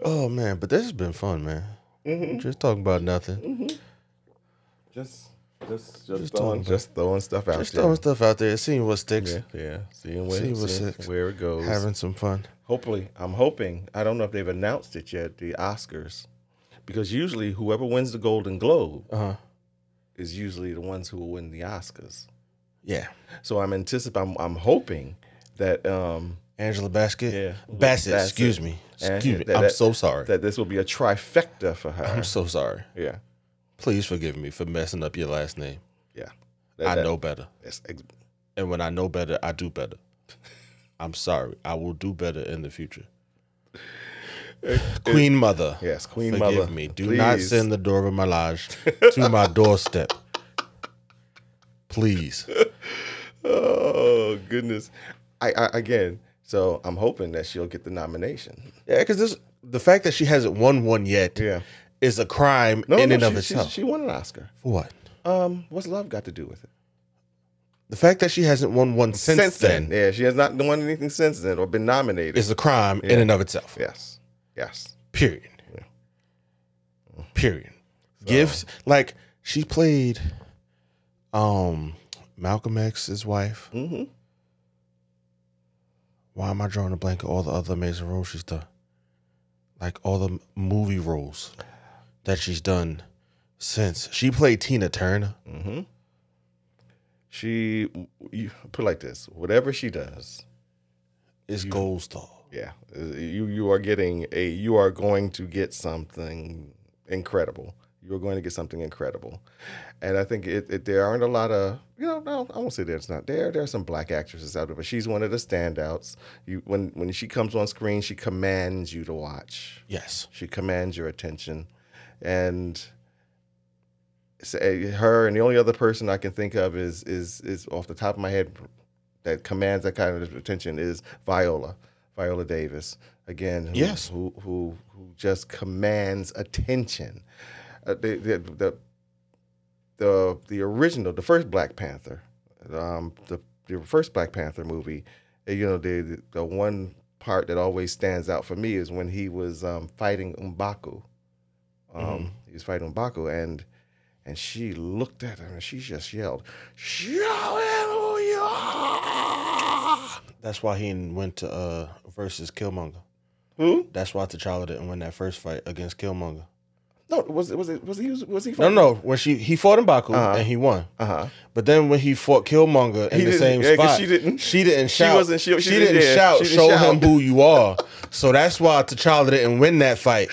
oh man, but this has been fun, man.
Mm-hmm.
Just talking about nothing.
Just just just,
throwing-
throwing, just throwing stuff out
Just
there.
throwing stuff out there, seeing what sticks,
yeah, yeah. Seeing where
See what
seeing
sticks.
where it goes.
having some fun.
Hopefully, I'm hoping. I don't know if they've announced it yet. The Oscars, because usually whoever wins the Golden Globe
Uh-huh.
is usually the ones who will win the Oscars.
Yeah.
So I'm anticipating. I'm, I'm hoping that um
Angela Basket.
Yeah.
Bassett,
Bassett.
excuse me.
And
Excuse me.
that-
I'm
that-
so sorry.
that this will be a trifecta for her.
I'm so sorry.
yeah,
Please forgive me for messing up your last name.
yeah.
I
That-
know better.
that's ex-
And when I know better, I do better. I'm sorry. I will do better in the future. Queen Mother.
yes, Queen
Forgive
Mother.
me. Do not
please.
send the Dora Milaje to my doorstep. Please.
Oh goodness. I, I again. So I'm hoping that she'll get the nomination.
Yeah, because this the fact that she hasn't won one yet
Yeah.
is a crime
No,
in
no,
and of
she, she-
itself.
she won an Oscar.
For what?
Um, what's love got to do with it?
The fact that she hasn't won one since, then,
Yeah, she has not done anything since then or been nominated.
is a crime in and of itself.
yes. Yes.
Period. Period. Gives like she played um Malcolm X's wife.
hmm
Why am I drawing a blank of all the other amazing roles she's done? Like all the m- movie roles that she's done since. She played Tina Turner.
hmm She you, put it like this: whatever she does,
It's Gold Star.
yeah, you you are getting a you are going to get something incredible. You are going to get something incredible, and I think it, it there aren't a lot of you know no I won't say there's not there there are some black actresses out there, but she's one of the standouts. You when when she comes on screen, she commands you to watch.
Yes.
She commands your attention, and say her and the only other person I can think of is is is off the top of my head that commands that kind of attention is Viola, Viola Davis. Again, who,
Yes.
who who who just commands attention. Uh, the, the the the the original, the first Black Panther, um, the the first Black Panther movie. uh, You know, the the- the one part that always stands out for me is when he was um, fighting Umbaku. Um, He was fighting Umbaku, and and she looked at him and she just yelled, "Show him who you are!"
That's why he didn't went to uh versus Killmonger.
Who?
That's why T'Challa didn't win that first fight against Killmonger.
No, was it was it was he was he?
No, no, when she he fought in Baku
Uh-huh.
and he won.
Uh huh.
But then when he fought Killmonger in
He
the
didn't-
same
yeah, 'cause
spot,
she didn't-
She didn't shout.
wasn't- she- she didn't-
didn't,
yeah,
shout.
she didn't
show
shout."
him who you are. so that's why T'Challa didn't win that fight,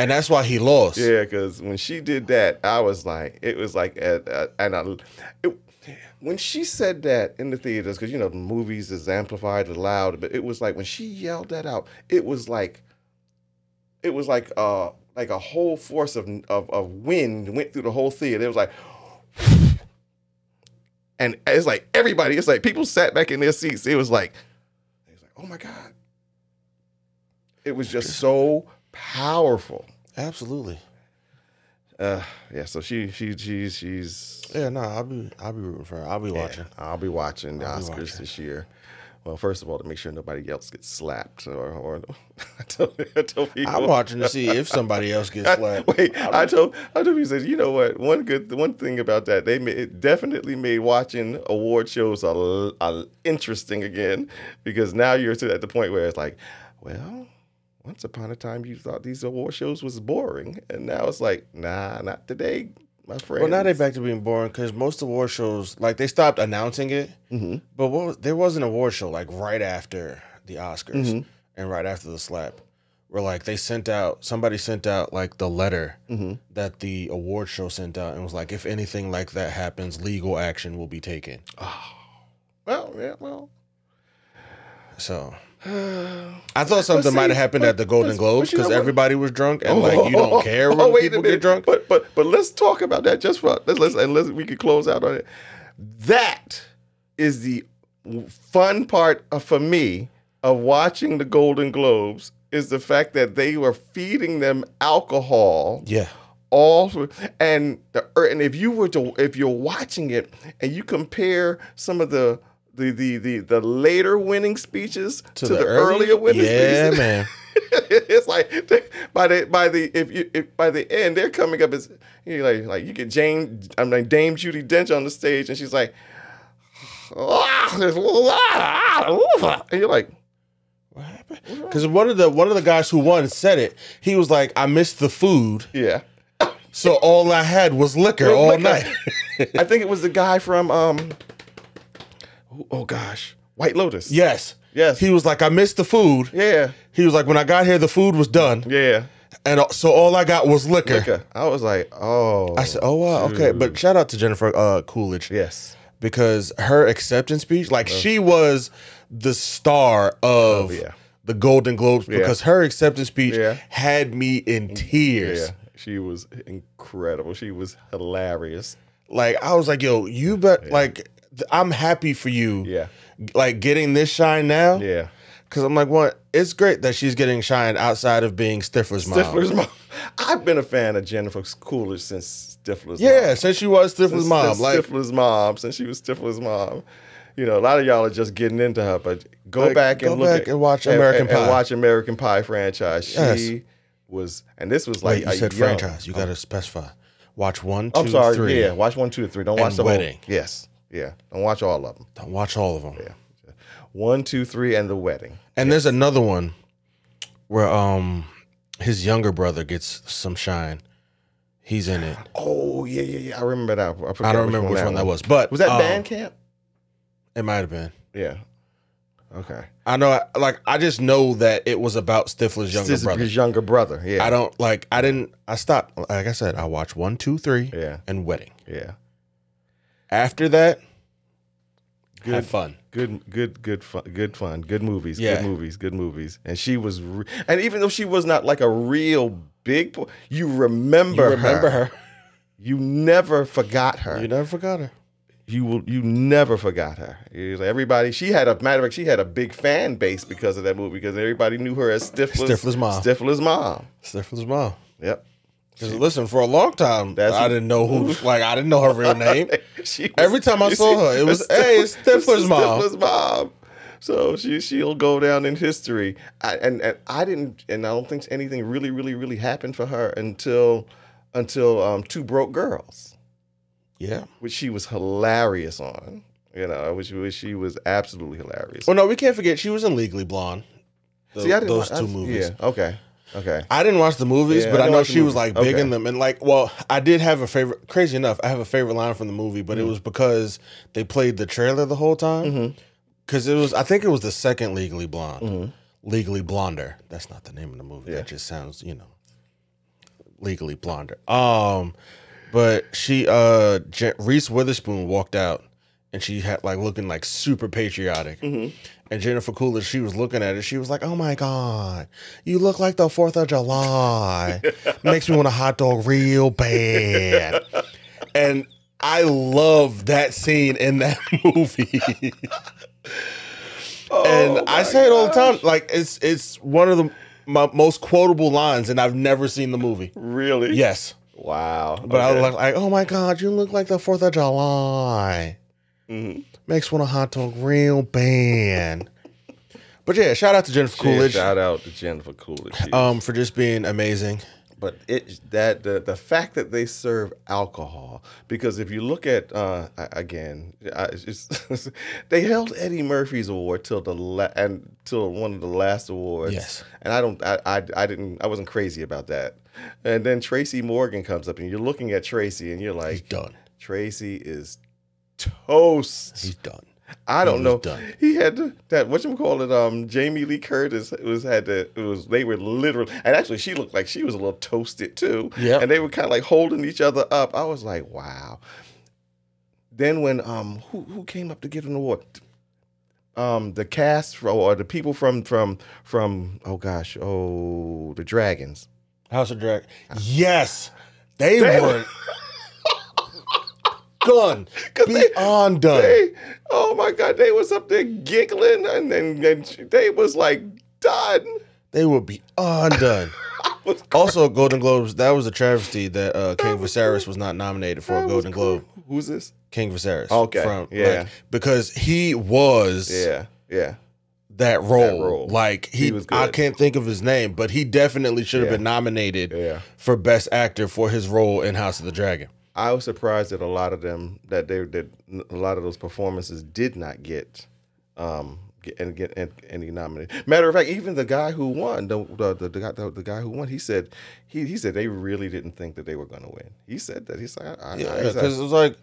and that's why he lost.
Yeah, because when she did that, I was like, it was like, at, at, and I, it, when she said that in the theaters, because you know the movies is amplified and loud, but it was like when she yelled that out, it was like, it was like uh like a whole force of of, of wind went through the whole theater. It was like. And it's like everybody, it's like people sat back in their seats. It was like, it was like, oh my God. It was just so powerful.
absolutely.
Uh, yeah. So she she she's she's
Yeah, no, I'll be I'll be rooting for her. I'll be watching.
Yeah, I'll be watching the
I'll be
Oscars
watching.
this year. Well, first of all, to make sure nobody else gets slapped, or, or I told I told people.
I'm watching to see if somebody else gets slapped.
Wait, I told I told people said, you know what? One good one thing about that, they made, it definitely made watching award shows a, l- a- interesting again because now you're to at the point where it's like, well, once upon a time you thought these award shows was boring, and now it's like, nah, not today, my friend.
Well, now they back to being boring because most award shows, like they stopped announcing it.
Mhm.
But what was, there was an award show like right after the Oscars
Mm-hmm.
and right after the slap, where like they sent out somebody sent out like the letter
Mhm.
that the award show sent out and was like, if anything like that happens, legal action will be taken.
Well, yeah, well.
So I thought something might
see,
have happened
but-
at the Golden
but-
Globes
but you know
because
what?
everybody was drunk and like you don't care when
Oh, wait a
people get
minute.
drunk.
But but but let's talk about that just for let's let's, and let's we could close out on it. That is the fun part of, for me of watching the Golden Globes is the fact that they were feeding them alcohol
Yeah,
all through and the ear- and if you were to if you're watching it and you compare some of the the the the, the later winning speeches to, the, earlier winning
Yeah,
speeches
man.
it's like they- by the by the if you if by the end they're coming up as you know, like like you get James I'm like Dame Judy Dench on the stage and she's like "Ah, and you're like
What happened? Because one of the one of the guys who won said it. He was like, "I missed the food,
yeah
so all I had was liquor all
liquor.
night."
I think it was the guy from um oh, oh gosh White Lotus
yes,
Yes.
He was like, "I missed the food."
yeah
He was like, "When I got here, the food was done,
yeah
and uh, so all I got was liquor."
Liquor. I was like oh
I said, "Oh wow, okay." But shout out to Jennifer uh, Coolidge
yes
because her acceptance speech, like she was the star of
Oh, yeah.
the Golden Globes because her acceptance speech
Yeah.
had me in tears.
yeah she was incredible she was hilarious
Like I was like, yo, you bet. Like th- I'm happy for you.
yeah
Like getting this shine now,
yeah.
because I'm like, what? It's great that she's getting shine outside of being Stifler's mom.
Stifler's mom. I've been a fan of Jennifer Coolidge since Stifler's mom.
Yeah, since she was Stifler's
since,
mom.
since
like
Stifler's mom, since she was Stifler's mom. You know, a lot of y'all are just getting into her, but go
Like,
back and
go
look
back
at,
and watch American
and,
Pie.
watch American Pie franchise. She
Yes.
was, and this was
Wait,
like
you
a
said
young-
franchise. You got to specify. Watch one,
I'm
two,
sorry,
three.
yeah. Watch one, two, and three. Don't watch
And
the whole-
Wedding.
Yes, yeah. Don't watch all of them.
Don't watch all of them.
Yeah, one, two, three, and the wedding.
And there's another one where um his younger brother gets some shine. He's in it.
Oh yeah, yeah, yeah. I remember that. forget
I don't remember which one that was, but
Was that
um,
band camp?
It might have been.
Yeah. Okay.
I know, like, I just know that it was about Stifler's younger
His-
brother.
His younger brother. Yeah.
I don't like. I didn't. I stopped. Like I said, I watched one, two, three,
Yeah.
and wedding.
Yeah.
After that,
Good.
have fun.
Good, good, good fun. Good fun. Good movies.
Yeah.
Good movies. Good movies. And she was, re- and even though she was not like a real big, po- you remember,
you remember her.
You never forgot her.
You
You,
never forgot her.
will. You never forgot her. It was like everybody. She had a matter of fact. She had a big fan base because of that movie because everybody knew her as Stifler's,
Stifler's mom.
Stifler's mom.
Stifler's mom.
Yep.
Because listen, for a long time,
That's-
I didn't know who. Like I didn't know her real name.
She was-
Every time I
you
saw
see,
her, it was,
Stif-
"Hey, it's Stifler's mom."
Stifler's mom. So she she'll go down in history. I, and and I didn't, and I don't think anything really, really, really happened for her until until um, Two Broke Girls,
Yeah.
which she was hilarious on. You know, which, which she was absolutely hilarious.
Well, no, we can't forget she was in Legally Blonde. Tho- those
I-
two movies.
Yeah. Okay. Okay.
I didn't watch the movies,
Yeah,
but
I
I,
didn't
know
watch the
she was like
movies.
big
Okay.
in them. And like, well, I did have a favorite. Crazy enough, I have a favorite line from the movie, but it
Mm-hmm.
was because they played the trailer the whole time. Because it was, I think it was the second Legally Blonde, Legally Blonder. That's not the name of the movie.
Mm-hmm. Yeah.
That just sounds, you know, Legally Blonder. Um, but she, uh, Je- Reese Witherspoon walked out, and she had like looking like super
Mm-hmm.
patriotic. And Jennifer Coolidge, she was looking at it. She was like, "Oh my god, you look like the Fourth of July. Makes me want a hot dog real bad." And I love that scene in that movie.
Oh
and I say it all the time. Like it's it's one of the my most quotable lines, and I've never seen the movie.
Really?
Yes,
Wow.
But I
Okay.
was like, like, oh my God, you look like the 4th of July.
Mhm.
Makes one a hot dog real bad. but yeah, shout out to Jennifer
Cheers,
Coolidge
Shout out to Jennifer Coolidge.
um, for just being amazing.
but it that the, the fact that they serve alcohol because if you look at uh, I- again I, it's just, they held Eddie Murphy's award till the la- and till one of the last awards
Yes.
and I don't I, I I didn't I wasn't crazy about that and then Tracy Morgan comes up and you're looking at Tracy and you're
He's
like
done.
Tracy is toast
He's done.
I don't
He was
know.
done.
He had to- that what you call it. Um, Jamie Lee Curtis was had to. It was they were literally, and actually she looked like she was a little toasted too.
Yep.
and they were kind of like holding each other up. I was like, wow. Then when um who who came up to get an award? Um, the cast fro- or the people from from from oh gosh oh the dragons.
House of Drag. Yes, they
They-
were done.
'Cause they-
Beyond done.
They, oh my god, they was up there giggling and and, and they was like done.
They were beyond done.
was
also, Golden Globes. That was a travesty that uh, King Viserys was not nominated for a Golden Globe.
Who's this?
King Viserys.
Okay, yeah.
because he was
Yeah, yeah.
that, role.
role.
Like he,
He was good.
I can't think of his name, but he definitely should have
Yeah.
been nominated
Yeah.
for Best Actor for his role in House of the Dragon.
I was surprised that a lot of them that they that a lot of those performances did not get um get, and get and, any nominated. Matter of fact, even the guy who won the the the, the, guy, the, the guy who won, he said he he said they really didn't think that they were going to win. He said that he's like I, I,
Yeah,
I, he,
because
said,
it was like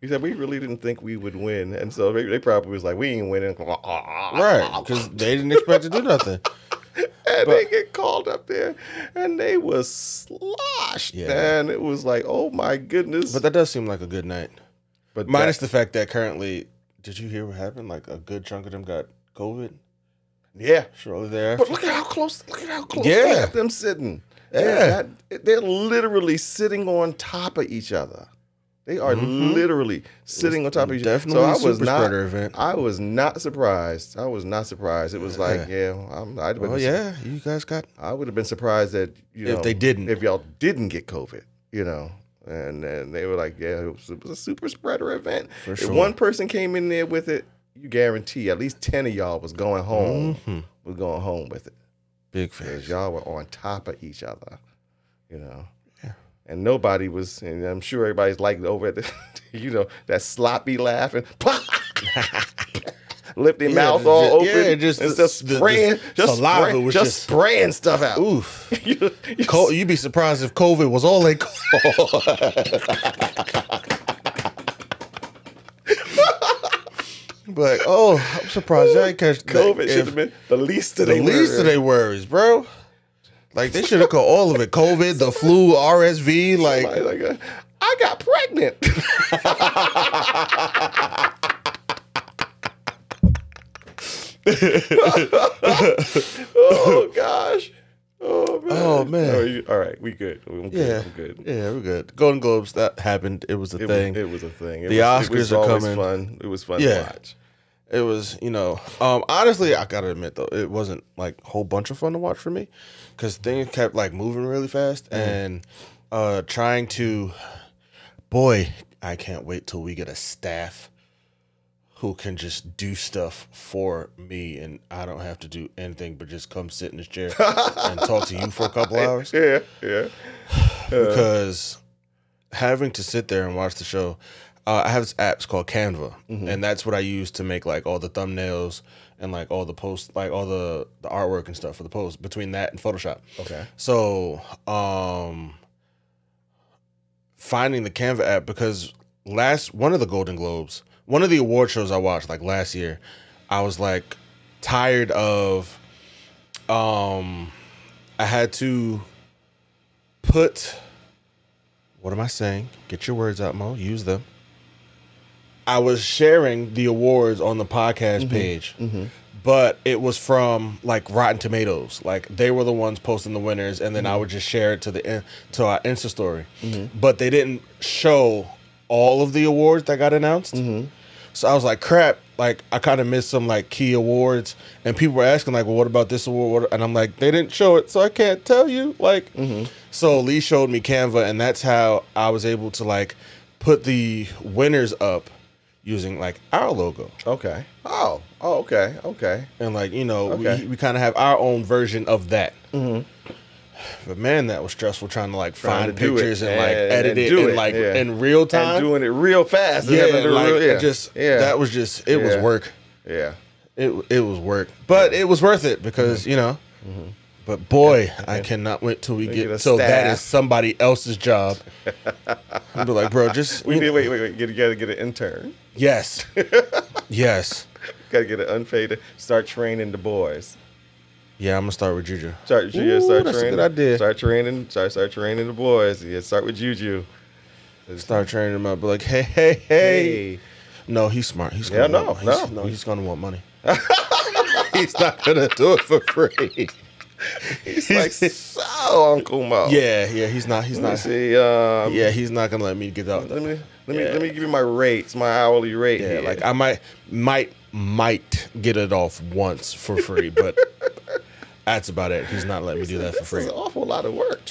he said we really didn't think we would win, and so they, they probably was like we ain't winning. Right,
right because they didn't expect to do nothing.
and they get called up there, and they was sloshed,
Yeah.
and it was like oh my goodness.
But that does seem like a good night.
but
Minus the fact that currently, did you hear what happened? Like a good chunk of them got COVID
that- yeah.
shortly thereafter.
But look at how close! Look at how close
Yeah.
they have them sitting.
Yeah.
that- they're literally sitting on top of each other. They are
Mhm.
literally sitting on top of each other.
Definitely
so
a
I was
super
not.
spreader event.
I was not surprised. I was not surprised. It was like, yeah, I'm, I'd have been,
Oh yeah, you guys got
I would have been surprised that you know
if they didn't.
if y'all didn't get COVID, you know. And then they were like, yeah, it was, it was a super spreader event.
For
If
sure.
one person came in there with it, you guarantee at least ten of y'all was going home.
Mhm.
Was going home with it.
Big
Because
fish.
y'all were on top of each other, you know. And nobody was, and I'm sure everybody's like over at the, you know, that sloppy laugh and lift their
Yeah,
mouth
the-
all
yeah,
open.
just
it's
the-
just
the- the
spraying, just,
saliva
spraying
was
just,
just-
spraying stuff out.
Oof.
You- you-
Co- you'd be surprised if COVID was all they called. but oh, I'm surprised I catch
COVID
if-
should have been the least of
the
they
least of
were.
their worries, bro. Like they should have called all of it: COVID, the flu, RSV. Like
Like, like, uh, I got pregnant. oh gosh. Oh man.
Oh, man.
No, you- all right, we good. I'm good.
yeah,
I'm good.
yeah, we're good. Golden Globes that happened. It was a
It
thing.
was, it was a thing. It
The
was, it was
Oscars are
always
coming.
Fun. It was fun
Yeah.
to watch.
it was you know um honestly i gotta admit though it wasn't like a whole bunch of fun to watch for me because things kept like moving really fast and uh trying to boy i can't wait till we get a staff who can just do stuff for me and i don't have to do anything but just come sit in this chair and talk to you for a couple hours
Yeah, yeah.
because having to sit there and watch the show, uh, I have this app's called Canva, and that's what I use to make like all the thumbnails and like all the posts, like all the the artwork and stuff for the post. Between that and Photoshop,
Okay.
so um, finding the Canva app because last one of the Golden Globes, one of the award shows I watched like last year, I was like tired of um I had to put what am I saying? Get your words out, Mo. Use them. I was sharing the awards on the podcast page, but it was from like Rotten Tomatoes. Like they were the ones posting the winners, and then I would just share it to the in- to our Insta story. But they didn't show all of the awards that got announced. So I was like, crap. Like I kind of missed some like key awards, and people were asking like, well, what about this award? What- And I'm like, they didn't show it, so I can't tell you. Like,
Mm-hmm.
so Lee showed me Canva, and that's how I was able to like put the winners up using like our logo,
Okay. Oh. Oh. Okay. Okay.
and like you know
Okay. Mm-hmm.
we we kind of have our own version of that. But man, that was stressful trying to like
Trying
find
to do it
pictures and like
and-
edit
and
it
do
and
it,
like
yeah.
in real time.
And doing it real fast. and
yeah,
having to do
like
real-
it just
yeah.
that was just it was
Yeah.
work.
yeah.
It it was work, but it was worth it because you know. But boy, I cannot wait till we
They
get,
get a
till that is
staff.
somebody else's job. I'd be like, bro, just
We need wait wait wait. You gotta get an intern.
yes, yes,
Gotta get an unpaid. Start training the boys.
yeah. I'm gonna start with Juju.
Start, yeah,
Ooh,
start
that's a
training.
good idea.
Start training. Start, start training the boys. Yeah, start with Juju.
Start training him up. Be like, hey, hey, hey. No, he's smart. He's gonna
Yeah, no,
want, he's-
no.
no, he's gonna want money. he's not gonna do it for free.
he's like so Uncle Mo.
Yeah, yeah, he's not. He's
Let me
not.
see. Um,
Yeah, he's not gonna let me get out.
Let me let me
Yeah.
let me give you my rates, my hourly rate.
Yeah,
here.
like I might might might get it off once for free, but that's about it. He's not letting me do that for
this is
free.
an awful lot of work.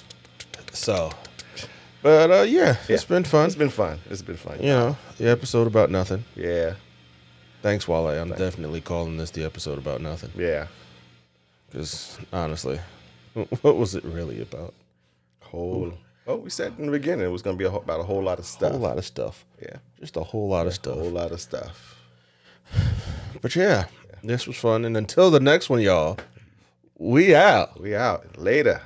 So, but uh, yeah, it's
Yeah.
been fun.
It's been fun. It's been fun.
You know, the episode about nothing.
Yeah.
Thanks, Wale. I'm definitely calling this the episode about nothing
Yeah.
because honestly, what was it really about?
Whole. Well, Oh, we said in the beginning it was going to be a whole, about a whole lot of
A
stuff.
whole lot of stuff.
Yeah.
Just a whole lot of
A
stuff.
whole lot of stuff.
But yeah, this was fun. And until the next one, y'all, we out.
We out later.